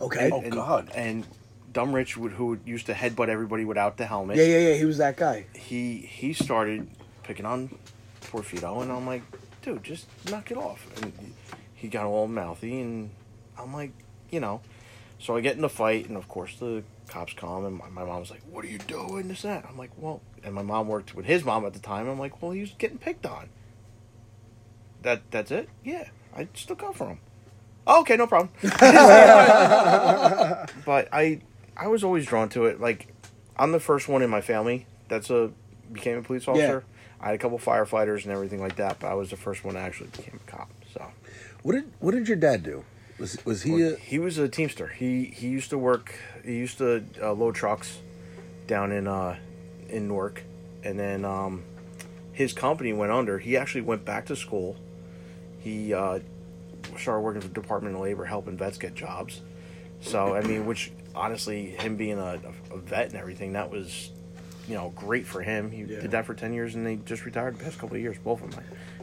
Speaker 2: Okay.
Speaker 1: Oh,
Speaker 3: And- and- And Dumb Rich, would, who used to headbutt everybody without the helmet,
Speaker 2: Yeah, yeah, yeah. He was that guy.
Speaker 3: he he started picking on Porfido, and I'm like, dude, just knock it off. And he got all mouthy, and I'm like, you know. So I get in the fight, and of course the cops come, and my, my mom's like, "What are you doing?" This that. I'm like, well, and my mom worked with his mom at the time. I'm like, well, he was getting picked on. That that's it. Yeah, I stuck up for him. "Oh, okay, no problem. but I I was always drawn to it. Like I'm the first one in my family that's a became a police officer. I had a couple firefighters and everything like that, but I was the first one that actually became a cop. So
Speaker 1: What did what did your dad do? Was was he a,
Speaker 3: he was a teamster. He he used to work. He used to uh, load trucks down in uh in Newark, and then um his company went under. He actually went back to school. He uh, started working for Department of Labor, helping vets get jobs. So I mean, which honestly, him being a, a vet and everything, that was you know great for him. He did that for ten years, and they just retired the past couple of years. Both of my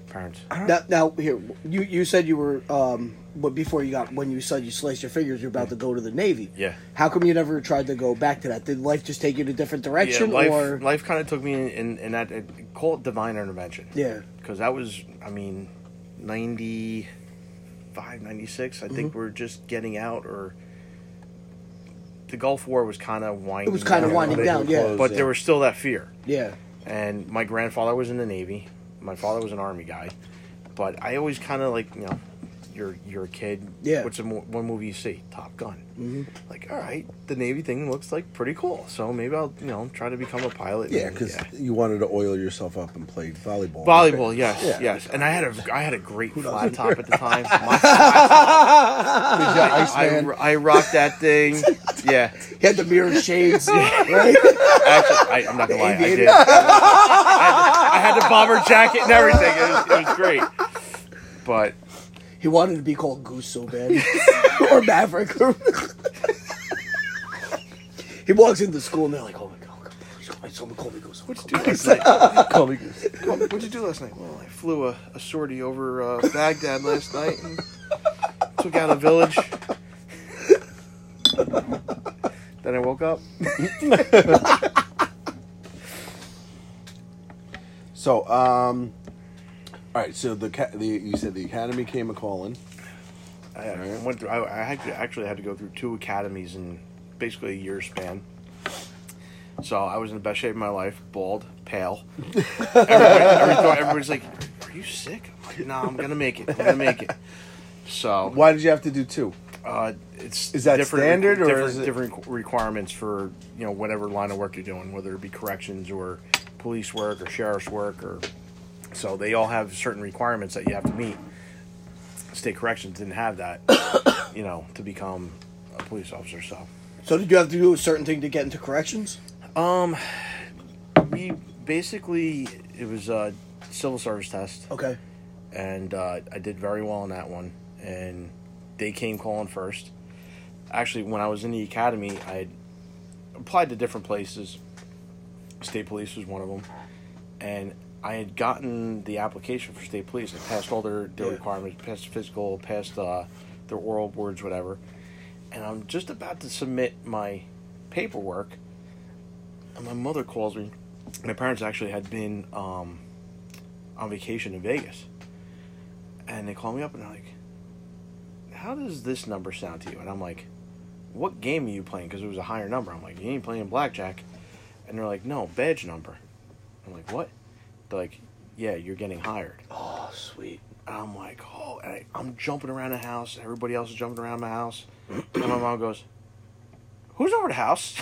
Speaker 3: parents.
Speaker 2: Now, now here, you you said you were um, but before you got when you said you sliced your fingers, you're about to go to the Navy.
Speaker 3: Yeah.
Speaker 2: How come you never tried to go back to that? Did life just take you in a different direction,
Speaker 3: yeah, life,
Speaker 2: or
Speaker 3: life kind of took me in, in, in that it, call it divine intervention.
Speaker 2: Yeah.
Speaker 3: because that was I mean, 95, 96. I think
Speaker 2: Mm-hmm.
Speaker 3: we're just getting out, or the Gulf War was kind of winding.
Speaker 2: it was kind of
Speaker 3: down.
Speaker 2: winding
Speaker 1: they
Speaker 2: down?
Speaker 1: were
Speaker 2: Yeah.
Speaker 1: closed.
Speaker 3: but there was still that fear.
Speaker 2: Yeah.
Speaker 3: And my grandfather was in the Navy. My father was an Army guy, but I always kind of like you know, you're you're a kid.
Speaker 2: Yeah.
Speaker 3: What's the mo- one movie you see? Top Gun. Mm-hmm. Like, all right, the Navy thing looks like pretty cool. So maybe I'll you know try to become a pilot.
Speaker 1: yeah?
Speaker 3: and-
Speaker 1: Because you wanted to oil yourself up and play volleyball.
Speaker 3: Volleyball, yes,
Speaker 1: Yeah.
Speaker 3: yes, and I had a I had a great flat top at the time. My flat top. I, I, I rocked that thing. Yeah,
Speaker 2: He had the mirror shades, right?
Speaker 3: actually, I, I'm not gonna lie, I did. I had, I had the bomber jacket and everything. It was, it was great, but
Speaker 2: He wanted to be called Goose so bad, or Maverick. he walks into school and they're like, "Oh my god, oh my God, someone call me Goose." Someone call me Goose."
Speaker 5: What'd you do last night? Well, I flew a, a sortie over uh, Baghdad last night and took out a village.
Speaker 3: then I woke up.
Speaker 1: So, um, all right. So the ca- the you said the academy came a calling.
Speaker 3: I I went through. I, I had to, actually had to go through two academies in basically a year span. So I was in the best shape of my life, bald, pale. Everybody, everybody- everybody's like, "Are you sick?" I'm like, "No, I'm gonna make it. I'm gonna make it." So
Speaker 1: Why did you have to do two?
Speaker 3: uh, it's
Speaker 1: Is that standard or
Speaker 3: different,
Speaker 1: is it-
Speaker 3: different requ- requirements for you know whatever line of work you're doing, whether it be corrections or police work or sheriff's work or so they all have certain requirements that you have to meet. State corrections didn't have that, you know, to become a police officer. So
Speaker 2: So did you have to do a certain thing to get into corrections?
Speaker 3: we basically it was a civil service test,
Speaker 2: Okay.
Speaker 3: and uh, I did very well on that one, and they came calling first. Actually, when I was in the academy, I had applied to different places. State police was one of them, and I had gotten the application for state police. I passed all their, their requirements, passed physical, passed uh, their oral boards, whatever. And I'm just about to submit my paperwork, and my mother calls me. My parents actually had been um, on vacation in Vegas, and they call me up and they're like, "How does this number sound to you?" And I'm like, "What game are you playing?" Because it was a higher number. I'm like, "You ain't playing blackjack," and they're like, "No, badge number." I'm like, "What?" They're like, "Yeah, you're getting hired."
Speaker 2: Oh, sweet.
Speaker 3: And I'm like, "Oh!" And I, I'm jumping around the house. Everybody else is jumping around my house. and my mom goes, "Who's over the house?"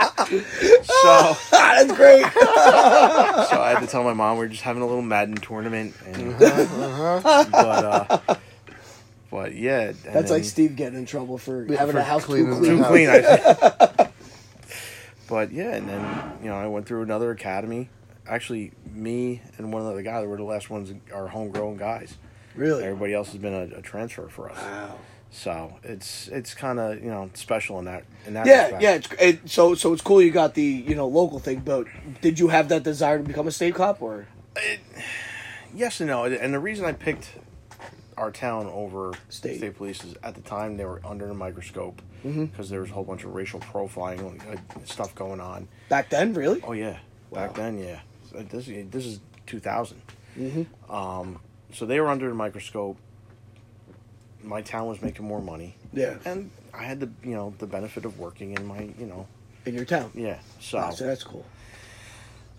Speaker 3: so.
Speaker 2: That's great.
Speaker 3: so I had to tell my mom we are just having a little Madden tournament. And,
Speaker 2: Uh-huh,
Speaker 3: But, uh, but yeah, and
Speaker 2: That's
Speaker 3: then-
Speaker 2: like Steve getting in trouble for having a
Speaker 5: for
Speaker 2: house too
Speaker 5: cleaning
Speaker 2: clean.
Speaker 3: too
Speaker 5: house.
Speaker 3: clean. I but yeah, and then you know I went through another academy. Actually, me and one other guy were the last ones, our homegrown guys.
Speaker 2: Really?
Speaker 3: Everybody else has been a, a transfer for us.
Speaker 4: Oh.
Speaker 2: Wow.
Speaker 3: So it's it's kind of you know special in that in that
Speaker 2: Yeah,
Speaker 3: respect.
Speaker 2: yeah. It's it, so so. It's cool you got the you know local thing, but did you have that desire to become a state cop or?
Speaker 3: Yes and no. And the reason I picked our town over
Speaker 2: State.
Speaker 3: state, Mm-hmm. police is at the time they were under the microscope because there was a whole bunch of racial profiling like, stuff going on.
Speaker 2: Back then, really?
Speaker 3: Oh yeah, back then yeah. So this this is two Mm-hmm. Um, so they were under the microscope. My town was making more money,
Speaker 2: Yeah.
Speaker 3: and I had the you know the benefit of working in my you know
Speaker 2: In your town.
Speaker 3: yeah. So
Speaker 2: Wow, so that's cool.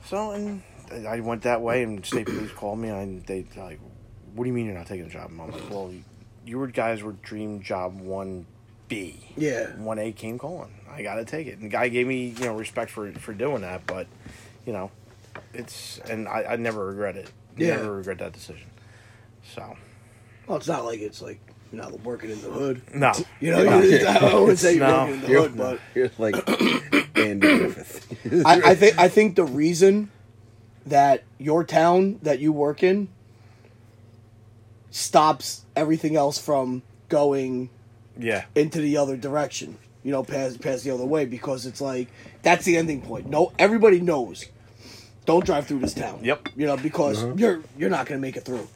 Speaker 3: so and I went that way, and state police called me, and they they're like, "What do you mean you're not taking a job?" And I'm like, "Well, your guys were dream job one B.
Speaker 2: Yeah.
Speaker 3: one A came calling. I got to take it." And the guy gave me you know respect for for doing that, but you know, it's and I, I never regret it.
Speaker 2: Yeah.
Speaker 3: Never regret that decision. So
Speaker 2: Well, it's not like it's like you're not working in the hood.
Speaker 3: no,
Speaker 2: You know, I wouldn't say you're
Speaker 3: No.
Speaker 2: working in the
Speaker 1: You're,
Speaker 2: hood, but
Speaker 1: you're like Andy Griffith.
Speaker 2: I, I think I think the reason that your town that you work in stops everything else from going
Speaker 3: yeah,
Speaker 2: into the other direction. You know, past past the other way because it's like that's the ending point. No, everybody knows. Don't drive through this town.
Speaker 3: Yep.
Speaker 2: You know because
Speaker 1: Uh-huh.
Speaker 2: you're you're not going to make it through,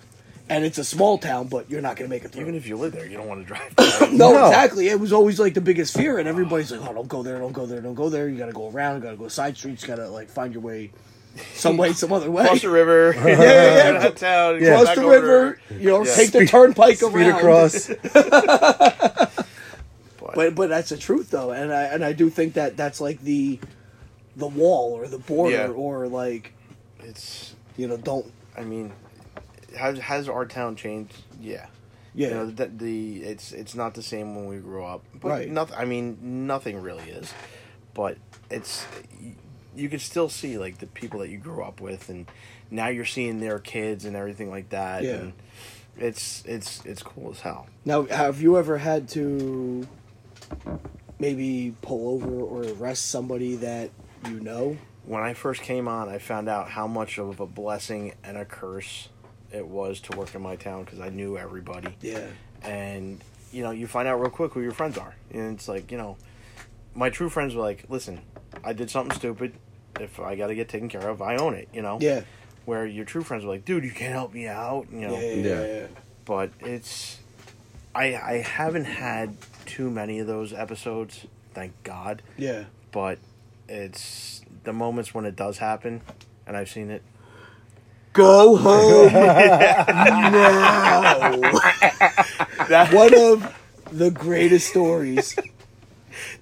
Speaker 2: and it's a small town, but you're not going to make it through.
Speaker 3: even if you live there, you don't want to drive.
Speaker 2: No, exactly. It was always like the biggest fear, and everybody's like, "Oh, don't go there, don't go there, don't go there. You gotta go around, you gotta go side streets, you gotta like find your way, some way, some other way,
Speaker 5: Cross the river.
Speaker 2: yeah, yeah.
Speaker 5: Out of town.
Speaker 1: Yeah.
Speaker 5: go
Speaker 2: Cross
Speaker 5: back
Speaker 2: the
Speaker 5: over.
Speaker 2: river, you know,
Speaker 5: Yeah.
Speaker 2: take the turnpike
Speaker 1: Speed
Speaker 2: around.
Speaker 1: across.
Speaker 2: But but that's the truth though, and I and I do think that that's like the the wall or the border
Speaker 5: Yeah.
Speaker 2: or like
Speaker 3: it's
Speaker 2: you know don't
Speaker 3: I mean, has has our town changed? Yeah.
Speaker 2: Yeah.
Speaker 3: You know, the, the it's it's not the same when we grew up. But
Speaker 2: Right.
Speaker 3: Nothing. I mean, nothing really is. But it's you, you can still see like the people that you grew up with, and now you're seeing their kids and everything like that.
Speaker 2: Yeah.
Speaker 3: And it's it's it's cool as hell.
Speaker 2: Now, have you ever had to maybe pull over or arrest somebody that you know?
Speaker 3: When I first came on, I found out how much of a blessing and a curse it was to work in my town because I knew everybody.
Speaker 2: Yeah.
Speaker 3: and you know you find out real quick who your friends are and it's like you know my true friends were like listen i did something stupid if i got to get taken care of i own it you know
Speaker 2: Yeah.
Speaker 3: where your true friends were like dude you can't help me out you know
Speaker 2: Yeah. yeah,
Speaker 1: Yeah.
Speaker 2: yeah, yeah.
Speaker 3: but it's i i haven't had too many of those episodes thank god
Speaker 2: Yeah.
Speaker 3: but it's the moments when it does happen and i've seen it
Speaker 2: Go home now. One of the greatest stories.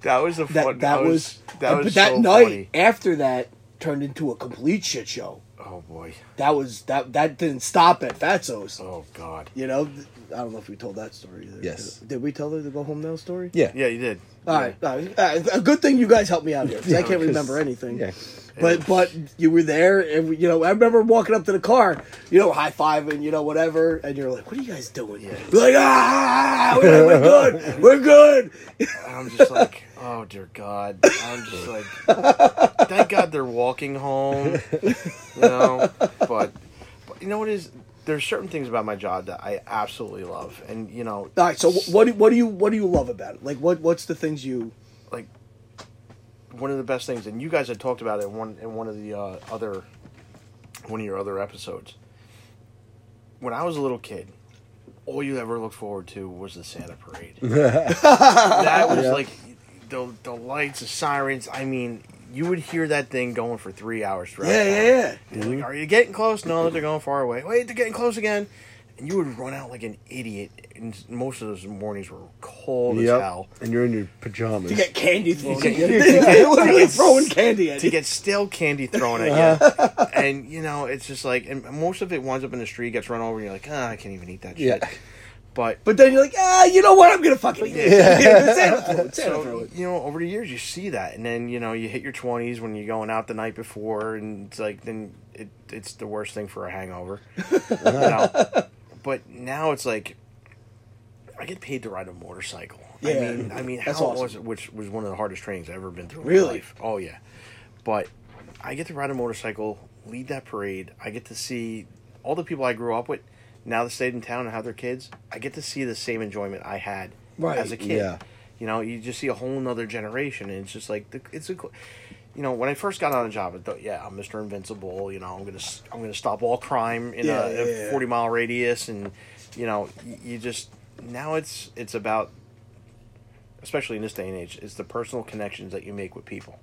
Speaker 3: that was a
Speaker 2: That
Speaker 3: fun,
Speaker 2: that, was,
Speaker 3: that
Speaker 2: and-
Speaker 3: was
Speaker 2: but that
Speaker 3: so
Speaker 2: night
Speaker 3: funny.
Speaker 2: after that turned into a complete shit show.
Speaker 3: oh boy
Speaker 2: That was that that didn't stop at Fatso's.
Speaker 3: oh god
Speaker 2: You know, I don't know if we told that story. Either.
Speaker 1: Yes.
Speaker 2: Did, we tell her the go home now story?
Speaker 1: yeah.
Speaker 3: yeah you did
Speaker 2: All right. All right. All right. A good thing you guys helped me out here. 'cause I can't
Speaker 1: because-
Speaker 2: remember anything.
Speaker 1: yeah.
Speaker 2: But but you were there, and we- you know I remember walking up to the car, you know, high five and you know whatever, and you're like, "What are you guys doing?" here?" We're like, "Ah, we're, we're good, we're good."
Speaker 3: I'm just like, oh dear God. I'm just like, thank God they're walking home. You know, but, but you know what is there's certain things about my job that I absolutely love, and you know,
Speaker 2: All right. So wh- what do, what do you what do you love about it? Like what what's the things you
Speaker 3: like one of the best things, and you guys had talked about it in one in one of the uh, other one of your other episodes. When I was a little kid, all you ever looked forward to was the Santa parade. that was like the the lights, the sirens. I mean, you would hear that thing going for three hours. throughout
Speaker 2: Yeah,
Speaker 3: the
Speaker 2: yeah,
Speaker 3: night.
Speaker 2: yeah.
Speaker 3: And you're like, are you getting close? No, they're going far away. Wait, they're getting close again. And you would run out like an idiot. And most of those mornings were cold as hell.
Speaker 1: And you're in your pajamas.
Speaker 2: You get candy thrown
Speaker 3: get-
Speaker 2: at you. They're literally throwing candy at
Speaker 3: to
Speaker 2: you.
Speaker 3: get stale candy thrown at you. and you know, it's just like, and most of it winds up in the street, gets run over, and you're like, ah, I can't even eat that shit.
Speaker 1: Yeah.
Speaker 3: But
Speaker 2: But then you're like, ah, you know what? I'm gonna fucking eat it. Santa throw it. Santa throw
Speaker 3: so,
Speaker 2: it.
Speaker 3: you know, over the years, you see that, and then you know, you hit your twenties when you're going out the night before, and it's like then it, it's the worst thing for a hangover. you know? But now it's like I get paid to ride a motorcycle. I
Speaker 2: Yeah.
Speaker 3: mean, I mean, how
Speaker 2: That's awesome.
Speaker 3: was it? Which was one of the hardest trainings I've ever been through. in my
Speaker 2: Really?
Speaker 3: life. Oh yeah. But I get to ride a motorcycle, lead that parade. I get to see all the people I grew up with. Now that stayed in town and have their kids, I get to see the same enjoyment I had
Speaker 2: Right.
Speaker 3: as a kid.
Speaker 1: Yeah.
Speaker 3: You know, you just see a whole nother generation, and it's just like the, it's a, cl- you know, when I first got on a job, I thought, yeah, I'm Mister Invincible. You know, I'm gonna s- I'm gonna stop all crime in
Speaker 2: Yeah,
Speaker 3: a,
Speaker 2: yeah, yeah.
Speaker 3: a 40 mile radius, and you know, y- you just now it's it's about, especially in this day and age, it's the personal connections that you make with people,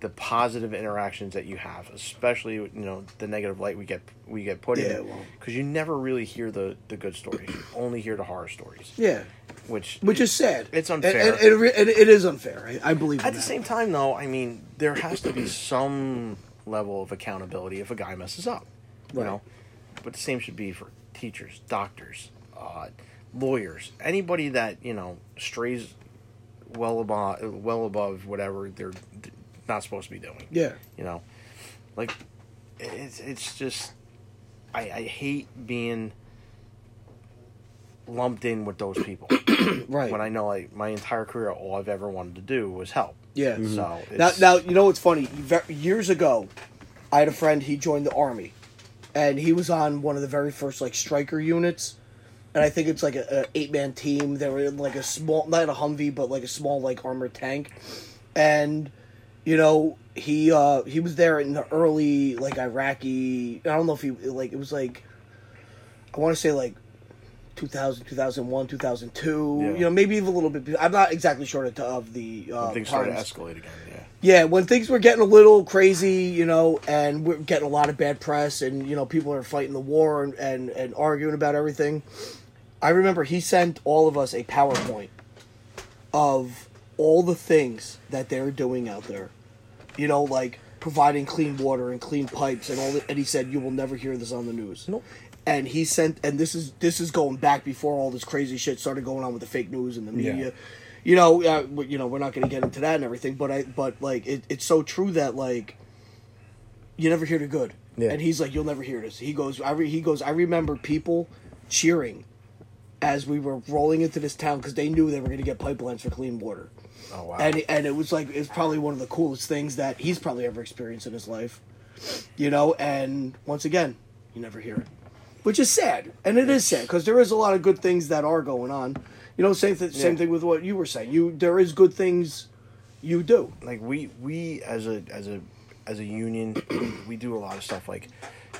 Speaker 3: the positive interactions that you have, especially you know the negative light we get we get put
Speaker 2: Yeah,
Speaker 3: in,
Speaker 2: well-
Speaker 3: because you never really hear the the good stories, you only hear the horror stories,
Speaker 2: Yeah.
Speaker 3: which
Speaker 2: Which is sad.
Speaker 3: It's
Speaker 2: And-
Speaker 3: unfair.
Speaker 2: And, and it re- and it is unfair. I, I believe. in
Speaker 3: At the
Speaker 2: that.
Speaker 3: same time, though, I mean, there has to be some level of accountability if a guy messes up, you
Speaker 2: Right.
Speaker 3: know. But the same should be for teachers, doctors, uh, lawyers, anybody that you know strays well above well above whatever they're d- not supposed to be doing.
Speaker 2: Yeah.
Speaker 3: you know, like it's it's just I, I hate being lumped in with those people
Speaker 2: Right.
Speaker 3: when I know like my entire career all I've ever wanted to do was help.
Speaker 2: Yeah.
Speaker 3: So
Speaker 2: Now,
Speaker 3: it's-
Speaker 2: now you know what's funny. Ve- Years ago, I had a friend. He joined the army, and he was on one of the very first like striker units, and I think it's like a, a eight man team. They were in like a small, not a Humvee, but like a small like armored tank, and you know he uh he was there in the early like Iraqi. I don't know if he like it was like I want to say like 2000, 2001, 2002,
Speaker 3: Yeah.
Speaker 2: you know, maybe even a little bit. be- I'm not exactly sure of the- of the uh,
Speaker 3: things started to
Speaker 2: times.
Speaker 3: escalate again. Yeah.
Speaker 2: Yeah, when things were getting a little crazy, you know, and we're getting a lot of bad press, and you know, people are fighting the war and and, and arguing about everything. I remember he sent all of us a PowerPoint of all the things that they're doing out there. You know, like providing clean water and clean pipes and all that and he said you will never hear this on the news. No. And he sent and this is this is going back before all this crazy shit started going on with the fake news and the media. You know, uh, w- you know, we're not going to get into that and everything, but I but like it, it's so true that like you never hear the good.
Speaker 3: Yeah.
Speaker 2: And he's like you'll never hear this. He goes I re- he goes I remember people cheering as we were rolling into this town because they knew they were going to get pipelines for clean water.
Speaker 3: Oh wow.
Speaker 2: And, and it was like, it's probably one of the coolest things that he's probably ever experienced in his life. You know, and once again, you never hear it, which is sad. And it is sad because there is a lot of good things that are going on. You know, same, th- same
Speaker 3: Yeah.
Speaker 2: thing with what you were saying. You There is good things you do.
Speaker 3: like we we as a as a as a union we do a lot of stuff like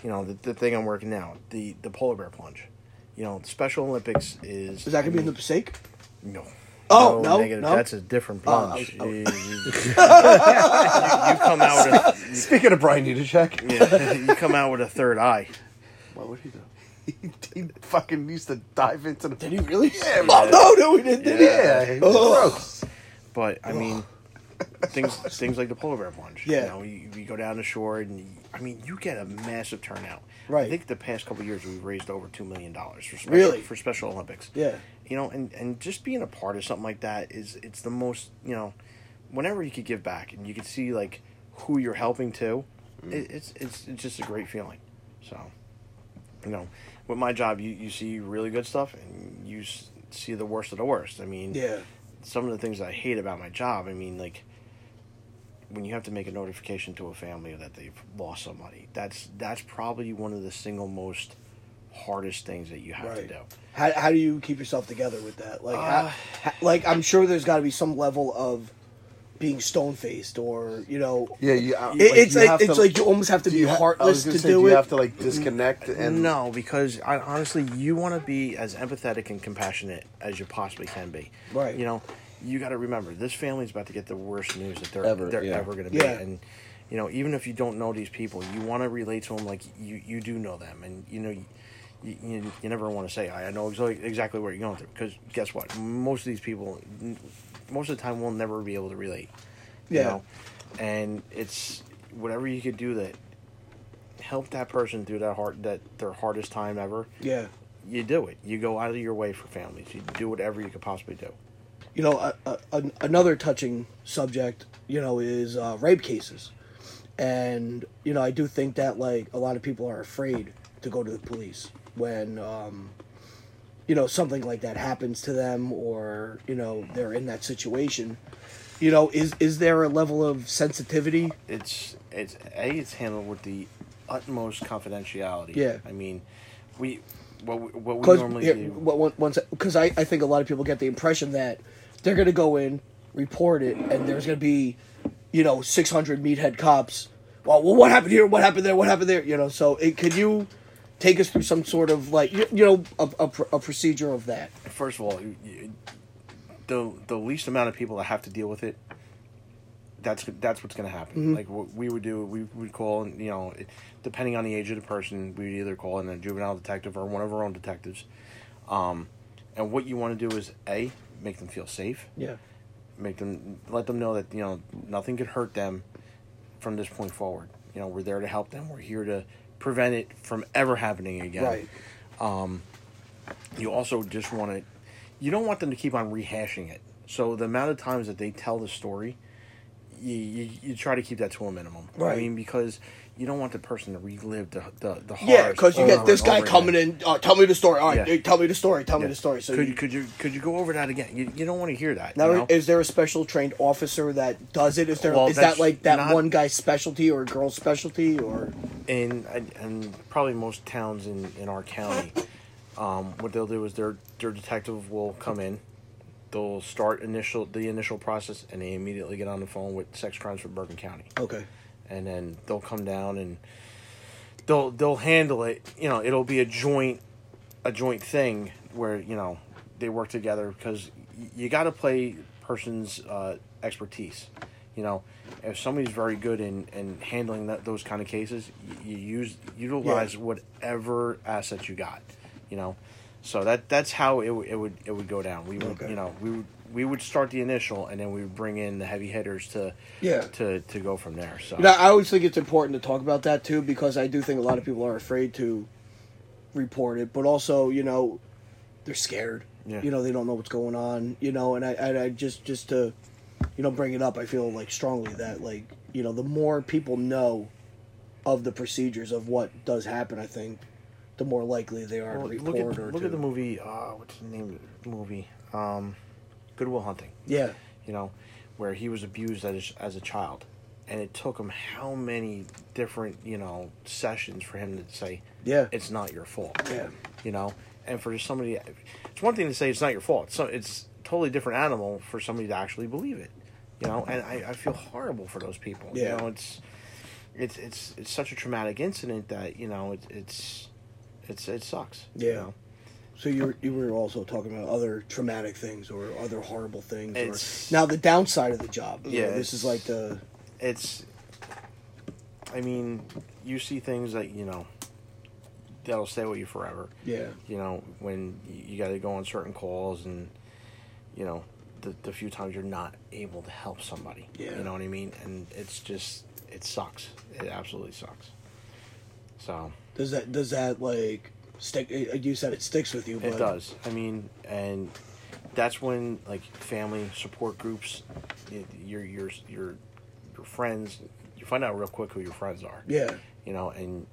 Speaker 3: you know the, the thing I'm working now the the polar bear plunge. You know, Special Olympics is
Speaker 2: Is that going to be in the Pacific?
Speaker 3: No.
Speaker 2: Oh, no,
Speaker 3: negative.
Speaker 2: no.
Speaker 3: That's a different
Speaker 2: Oh,
Speaker 3: plunge.
Speaker 2: oh, oh.
Speaker 3: You, you- you come out with
Speaker 4: Speaking of Brian Udachek,
Speaker 3: a, yeah, you come out with a third eye.
Speaker 4: what would he do? He, he fucking used to dive into the.
Speaker 2: Did he really?
Speaker 4: Yeah,
Speaker 2: Oh, no, no, he didn't. Did he?
Speaker 4: yeah, he was
Speaker 2: Ugh.
Speaker 4: gross.
Speaker 3: But I mean, things things like the polar bear plunge.
Speaker 2: Yeah.
Speaker 3: you know, you, you go down the shore, and you, I mean, you get a massive turnout.
Speaker 2: Right.
Speaker 3: I think the past couple of years we've raised over two million dollars for special,
Speaker 2: Really?
Speaker 3: for Special Olympics.
Speaker 2: Yeah.
Speaker 3: you know, and and just being a part of something like that is it's the most you know, whenever you could give back and you could see like who you're helping to,
Speaker 2: Mm.
Speaker 3: it, it's it's it's just a great feeling. So, you know, with my job, you you see really good stuff and you s- see the worst of the worst. I mean,
Speaker 2: Yeah.
Speaker 3: some of the things I hate about my job. I mean, like when you have to make a notification to a family that they've lost somebody. That's that's probably one of the single most hardest things that you have to Uh,
Speaker 2: Right.
Speaker 3: do.
Speaker 2: How, how do you keep yourself together with that? Like, how- how- like I'm sure there's got to be some level of being stone faced, or you know,
Speaker 4: Yeah, you, I-
Speaker 2: It- it's
Speaker 4: you
Speaker 2: like-
Speaker 4: have
Speaker 2: it's like you almost have to
Speaker 4: do
Speaker 2: be
Speaker 4: you ha- I was
Speaker 2: heartless
Speaker 4: gonna
Speaker 2: to
Speaker 4: say,
Speaker 2: do
Speaker 4: you
Speaker 2: it?
Speaker 4: have to like disconnect and
Speaker 3: no, because I, honestly, you want to be as empathetic and compassionate as you possibly can be.
Speaker 2: Right.
Speaker 3: You know, you got to remember this family's about to get the worst news that they're
Speaker 1: Ever,
Speaker 3: ever, they're
Speaker 1: yeah.
Speaker 3: ever going to be,
Speaker 2: Yeah.
Speaker 3: and you know, even if you don't know these people, you want to relate to them like you you do know them, and you know. You, you, you never want to say I I know exa- exactly what you're going through because guess what most of these people n- most of the time will never be able to relate you
Speaker 2: Yeah.
Speaker 3: know? and it's whatever you could do that help that person through that hard that their hardest time ever
Speaker 2: yeah.
Speaker 3: you do it you go out of your way for families you do whatever you could possibly do
Speaker 2: you know, a, a, an, another touching subject, you know, is uh, rape cases. And, you know, I do think that, like, a lot of people are afraid to go to the police when, um, you know, something like that happens to them or, you know, they're in that situation. You know, is, is there a level of sensitivity?
Speaker 3: it's it's a it's handled with the utmost confidentiality
Speaker 2: Yeah.
Speaker 3: i mean we what we, what we
Speaker 2: Because
Speaker 3: normally do
Speaker 2: because I, I think a lot of people get the impression that they're gonna go in, report it, and there's gonna be, you know, six hundred meathead cops. Well, well, what happened here? What happened there? What happened there? You know, so it, could you take us through some sort of like you, you know a, a, pr- a procedure of that?
Speaker 3: first of all you, you, the the least amount of people that have to deal with it that's that's what's going to happen. Like what we would do, we would call, and you know, it- depending on the age of the person, we would either call in a juvenile detective or one of our own detectives. Um, and what you want to do is a make them feel safe,
Speaker 2: Yeah,
Speaker 3: make them let them know that you know nothing could hurt them from this point forward. You know, we're there to help them. We're here to prevent it from ever happening again
Speaker 2: right.
Speaker 3: you also just want to you don't want them to keep on rehashing it so the amount of times that they tell the story you, you, you try to keep that to a minimum
Speaker 2: Right.
Speaker 3: i mean because you don't want the person to relive the the, the
Speaker 2: Yeah, because you get this guy coming
Speaker 3: in.
Speaker 2: in. Uh, tell me the story. All right,
Speaker 3: Yeah.
Speaker 2: hey, tell me the story. Tell me
Speaker 3: Yeah.
Speaker 2: the story. So
Speaker 3: could
Speaker 2: you-
Speaker 3: you, could you could you go over that again? You, you don't want to hear that.
Speaker 2: Now,
Speaker 3: you know?
Speaker 2: is there a special trained officer that does it? Is there is
Speaker 3: Well,
Speaker 2: that
Speaker 3: that's
Speaker 2: like that
Speaker 3: not-
Speaker 2: one guy's specialty or girl's specialty or?
Speaker 3: in and probably most towns in, in our county, um, what they'll do is their their detective will come in, they'll start initial the initial process, and they immediately get on the phone with sex crimes for Bergen County,
Speaker 2: Okay.
Speaker 3: and then they'll come down and they'll they'll handle it. You know, it'll be a joint a joint thing where you know they work together because you got to play person's uh, expertise. You know, if somebody's very good in, in handling that, those kind of cases, you, you use utilize
Speaker 2: Yeah.
Speaker 3: whatever assets you got. You know, so that that's how it, w- it would it would go down. We would
Speaker 2: Okay.
Speaker 3: you know we would we would start the initial and then we would bring in the heavy hitters to
Speaker 2: Yeah.
Speaker 3: to to go from there. So
Speaker 2: You know, I always think it's important to talk about that too because I do think a lot of people are afraid to report it, but also you know they're scared.
Speaker 3: Yeah.
Speaker 2: You know they don't know what's going on. You know, and I and I just just to you know bring it up, I feel like strongly that like you know the more people know of the procedures of what does happen, I think the more likely they are
Speaker 3: Well,
Speaker 2: to
Speaker 3: look
Speaker 2: report
Speaker 3: at
Speaker 2: or
Speaker 3: look
Speaker 2: to
Speaker 3: at the movie. Uh, what's the name of the movie? Um, Goodwill Hunting.
Speaker 2: yeah
Speaker 3: You know, where he was abused as as a child, and it took him how many different you know sessions for him to say,
Speaker 2: Yeah.
Speaker 3: it's not your fault."
Speaker 2: Yeah.
Speaker 3: You know, and for somebody, it's one thing to say it's not your fault. So it's totally different animal for somebody to actually believe it. You know, and I, I feel horrible for those people.
Speaker 2: Yeah.
Speaker 3: You know, it's it's it's it's such a traumatic incident that you know it, it's it's it sucks. you
Speaker 2: yeah.
Speaker 3: know?
Speaker 2: So you were, you were also talking about other traumatic things or other horrible things.
Speaker 3: It's-
Speaker 2: or, now the downside of the job. you know,
Speaker 3: Yeah,
Speaker 2: this
Speaker 3: it's-
Speaker 2: is like the
Speaker 3: it's i mean you see things that you know that'll stay with you forever
Speaker 2: yeah
Speaker 3: you know when you, you got to go on certain calls and you know the, the few times you're not able to help somebody
Speaker 2: Yeah.
Speaker 3: you know what i mean and it's just it sucks it absolutely sucks so
Speaker 2: does that does that like stick? uh, You said it sticks with you. But
Speaker 3: it does i mean and that's when like family support groups y- your your your your friends you find out real quick who your friends are
Speaker 2: Yeah.
Speaker 3: you know and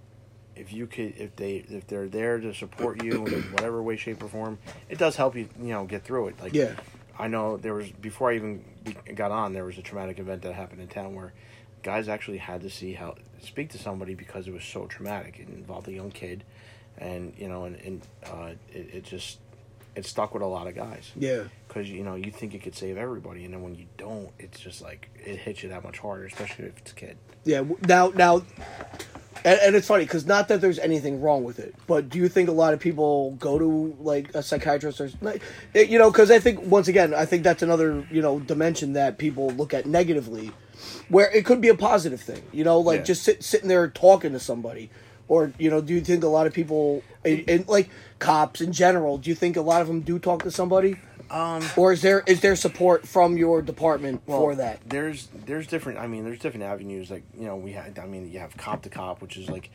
Speaker 3: if you could if they if they're there to support you in whatever way shape or form it does help you you know get through it like
Speaker 2: Yeah.
Speaker 3: i know there was before i even be- got on there was a traumatic event that happened in town where guys actually had to see how speak to somebody because it was so traumatic it involved a young kid and you know, and, and uh, it, it just it stuck with a lot of guys.
Speaker 2: Yeah.
Speaker 3: Because you know you think it could save everybody, and then when you don't, it's just like it hits you that much harder, especially if it's a kid.
Speaker 2: Yeah. w- Now, now, and, and it's funny because not that there's anything wrong with it, but do you think a lot of people go to like a psychiatrist or like, it- you know? Because I think once again, I think that's another you know dimension that people look at negatively, where it could be a positive thing. You know, like
Speaker 3: Yeah.
Speaker 2: just sit, sitting there talking to somebody. Or you know, do you think a lot of people, and, and like cops in general, do you think a lot of them do talk to somebody, um, or is there is there support from your department for that?
Speaker 3: There's there's different. I mean, there's different avenues. Like you know, we had. I mean, you have cop to cop, which is like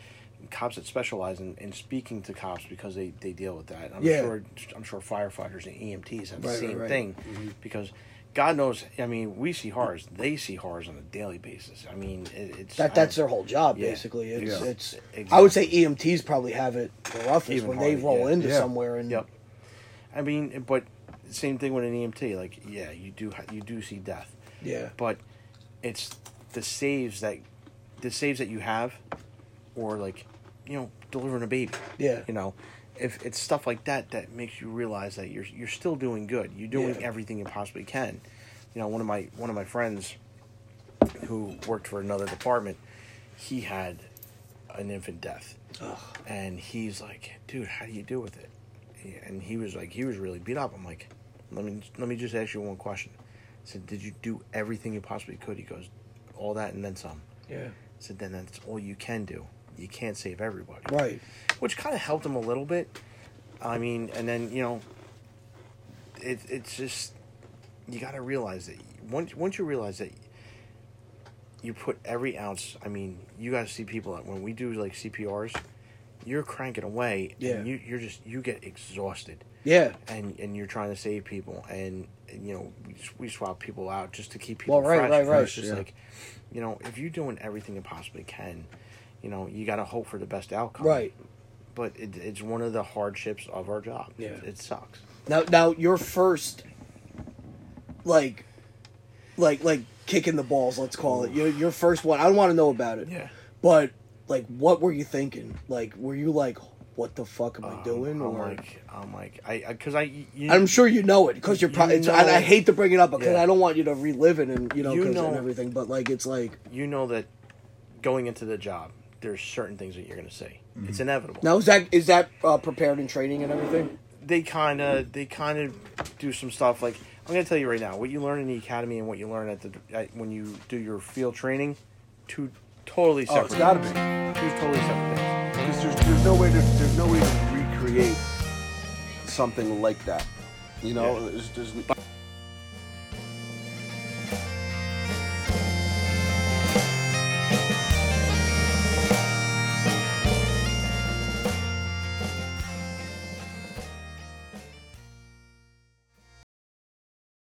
Speaker 3: cops that specialize in, in speaking to cops because they, they deal with that. I'm
Speaker 2: Yeah.
Speaker 3: sure I'm sure firefighters and EMTs have
Speaker 2: Right,
Speaker 3: the same
Speaker 2: right, Mm-hmm. right.
Speaker 3: thing because God knows. I mean, we see horrors. They see horrors on a daily basis. I mean, it, it's
Speaker 2: That that's their whole job
Speaker 3: Yeah.
Speaker 2: basically. It's
Speaker 3: Yeah.
Speaker 2: it's. I
Speaker 3: Exactly.
Speaker 2: would say EMTs probably have it the roughest
Speaker 3: Even
Speaker 2: when they
Speaker 3: harder,
Speaker 2: roll
Speaker 3: yeah.
Speaker 2: into
Speaker 4: Yeah.
Speaker 2: somewhere and
Speaker 3: Yep. I mean, but same thing with an EMT. Like, yeah, you do ha- you do see death.
Speaker 2: Yeah.
Speaker 3: But it's the saves that the saves that you have, or like, you know, delivering a baby.
Speaker 2: Yeah.
Speaker 3: You know, if it's stuff like that that makes you realize that you're you're still doing good. You're doing
Speaker 2: Yeah.
Speaker 3: everything you possibly can. You know, one of my one of my friends who worked for another department, he had an infant death. And he's like, dude, how do you deal with it? And he was like, he was really beat up. I'm like, let me let me just ask you one question. I said, did you do everything you possibly could? He goes, all that and then some.
Speaker 2: yeah,
Speaker 3: I said, then that's all you can do. You can't save everybody.
Speaker 2: right.
Speaker 3: Which kind of helped him a little bit. I mean, and then you know, it it's just you got to realize that once once you realize that you put every ounce. I mean, you guys see people that when we do like CPRs, you're cranking away,
Speaker 2: Yeah.
Speaker 3: and you you're just you get exhausted,
Speaker 2: Yeah,
Speaker 3: and and you're trying to save people, and, and you know we, s- we swap people out just to keep people
Speaker 2: Well, right,
Speaker 3: fresh.
Speaker 2: right,
Speaker 3: and
Speaker 2: right,
Speaker 3: It's just
Speaker 2: yeah.
Speaker 3: like, you know, if you're doing everything you possibly can, you know, you got to hope for the best outcome,
Speaker 2: right.
Speaker 3: But it, it's one of the hardships of our job.
Speaker 2: Yeah.
Speaker 3: it sucks.
Speaker 2: Now now your first, like, like like kicking the balls. Let's call it your your first one. I don't want to know about it.
Speaker 3: Yeah.
Speaker 2: but like, what were you thinking? Like, were you like, what the fuck am I doing?
Speaker 3: Um, I'm
Speaker 2: or
Speaker 3: like, I'm like, I, I, cause I, you,
Speaker 2: I'm sure you know it because you're
Speaker 3: You
Speaker 2: probably. and I
Speaker 3: know-
Speaker 2: hate to bring it up because
Speaker 3: Yeah.
Speaker 2: I don't want you to relive it and you know,
Speaker 3: You
Speaker 2: 'cause
Speaker 3: know-
Speaker 2: and everything. But like, it's like
Speaker 3: you know that going into the job, there's certain things that you're gonna see.
Speaker 2: Mm-hmm.
Speaker 3: It's inevitable.
Speaker 2: now is that is that uh, prepared in training and everything?
Speaker 3: they kind of they kind of do some stuff like I'm gonna tell you right now what you learn in the academy and what you learn at the at, when you do your field training, two totally separate.
Speaker 4: Oh, it's gotta
Speaker 3: things. Two totally separate things.
Speaker 4: Because there's, there's no way to there's no way to recreate something like that. You know,
Speaker 3: Yeah.
Speaker 4: there's, there's,
Speaker 3: But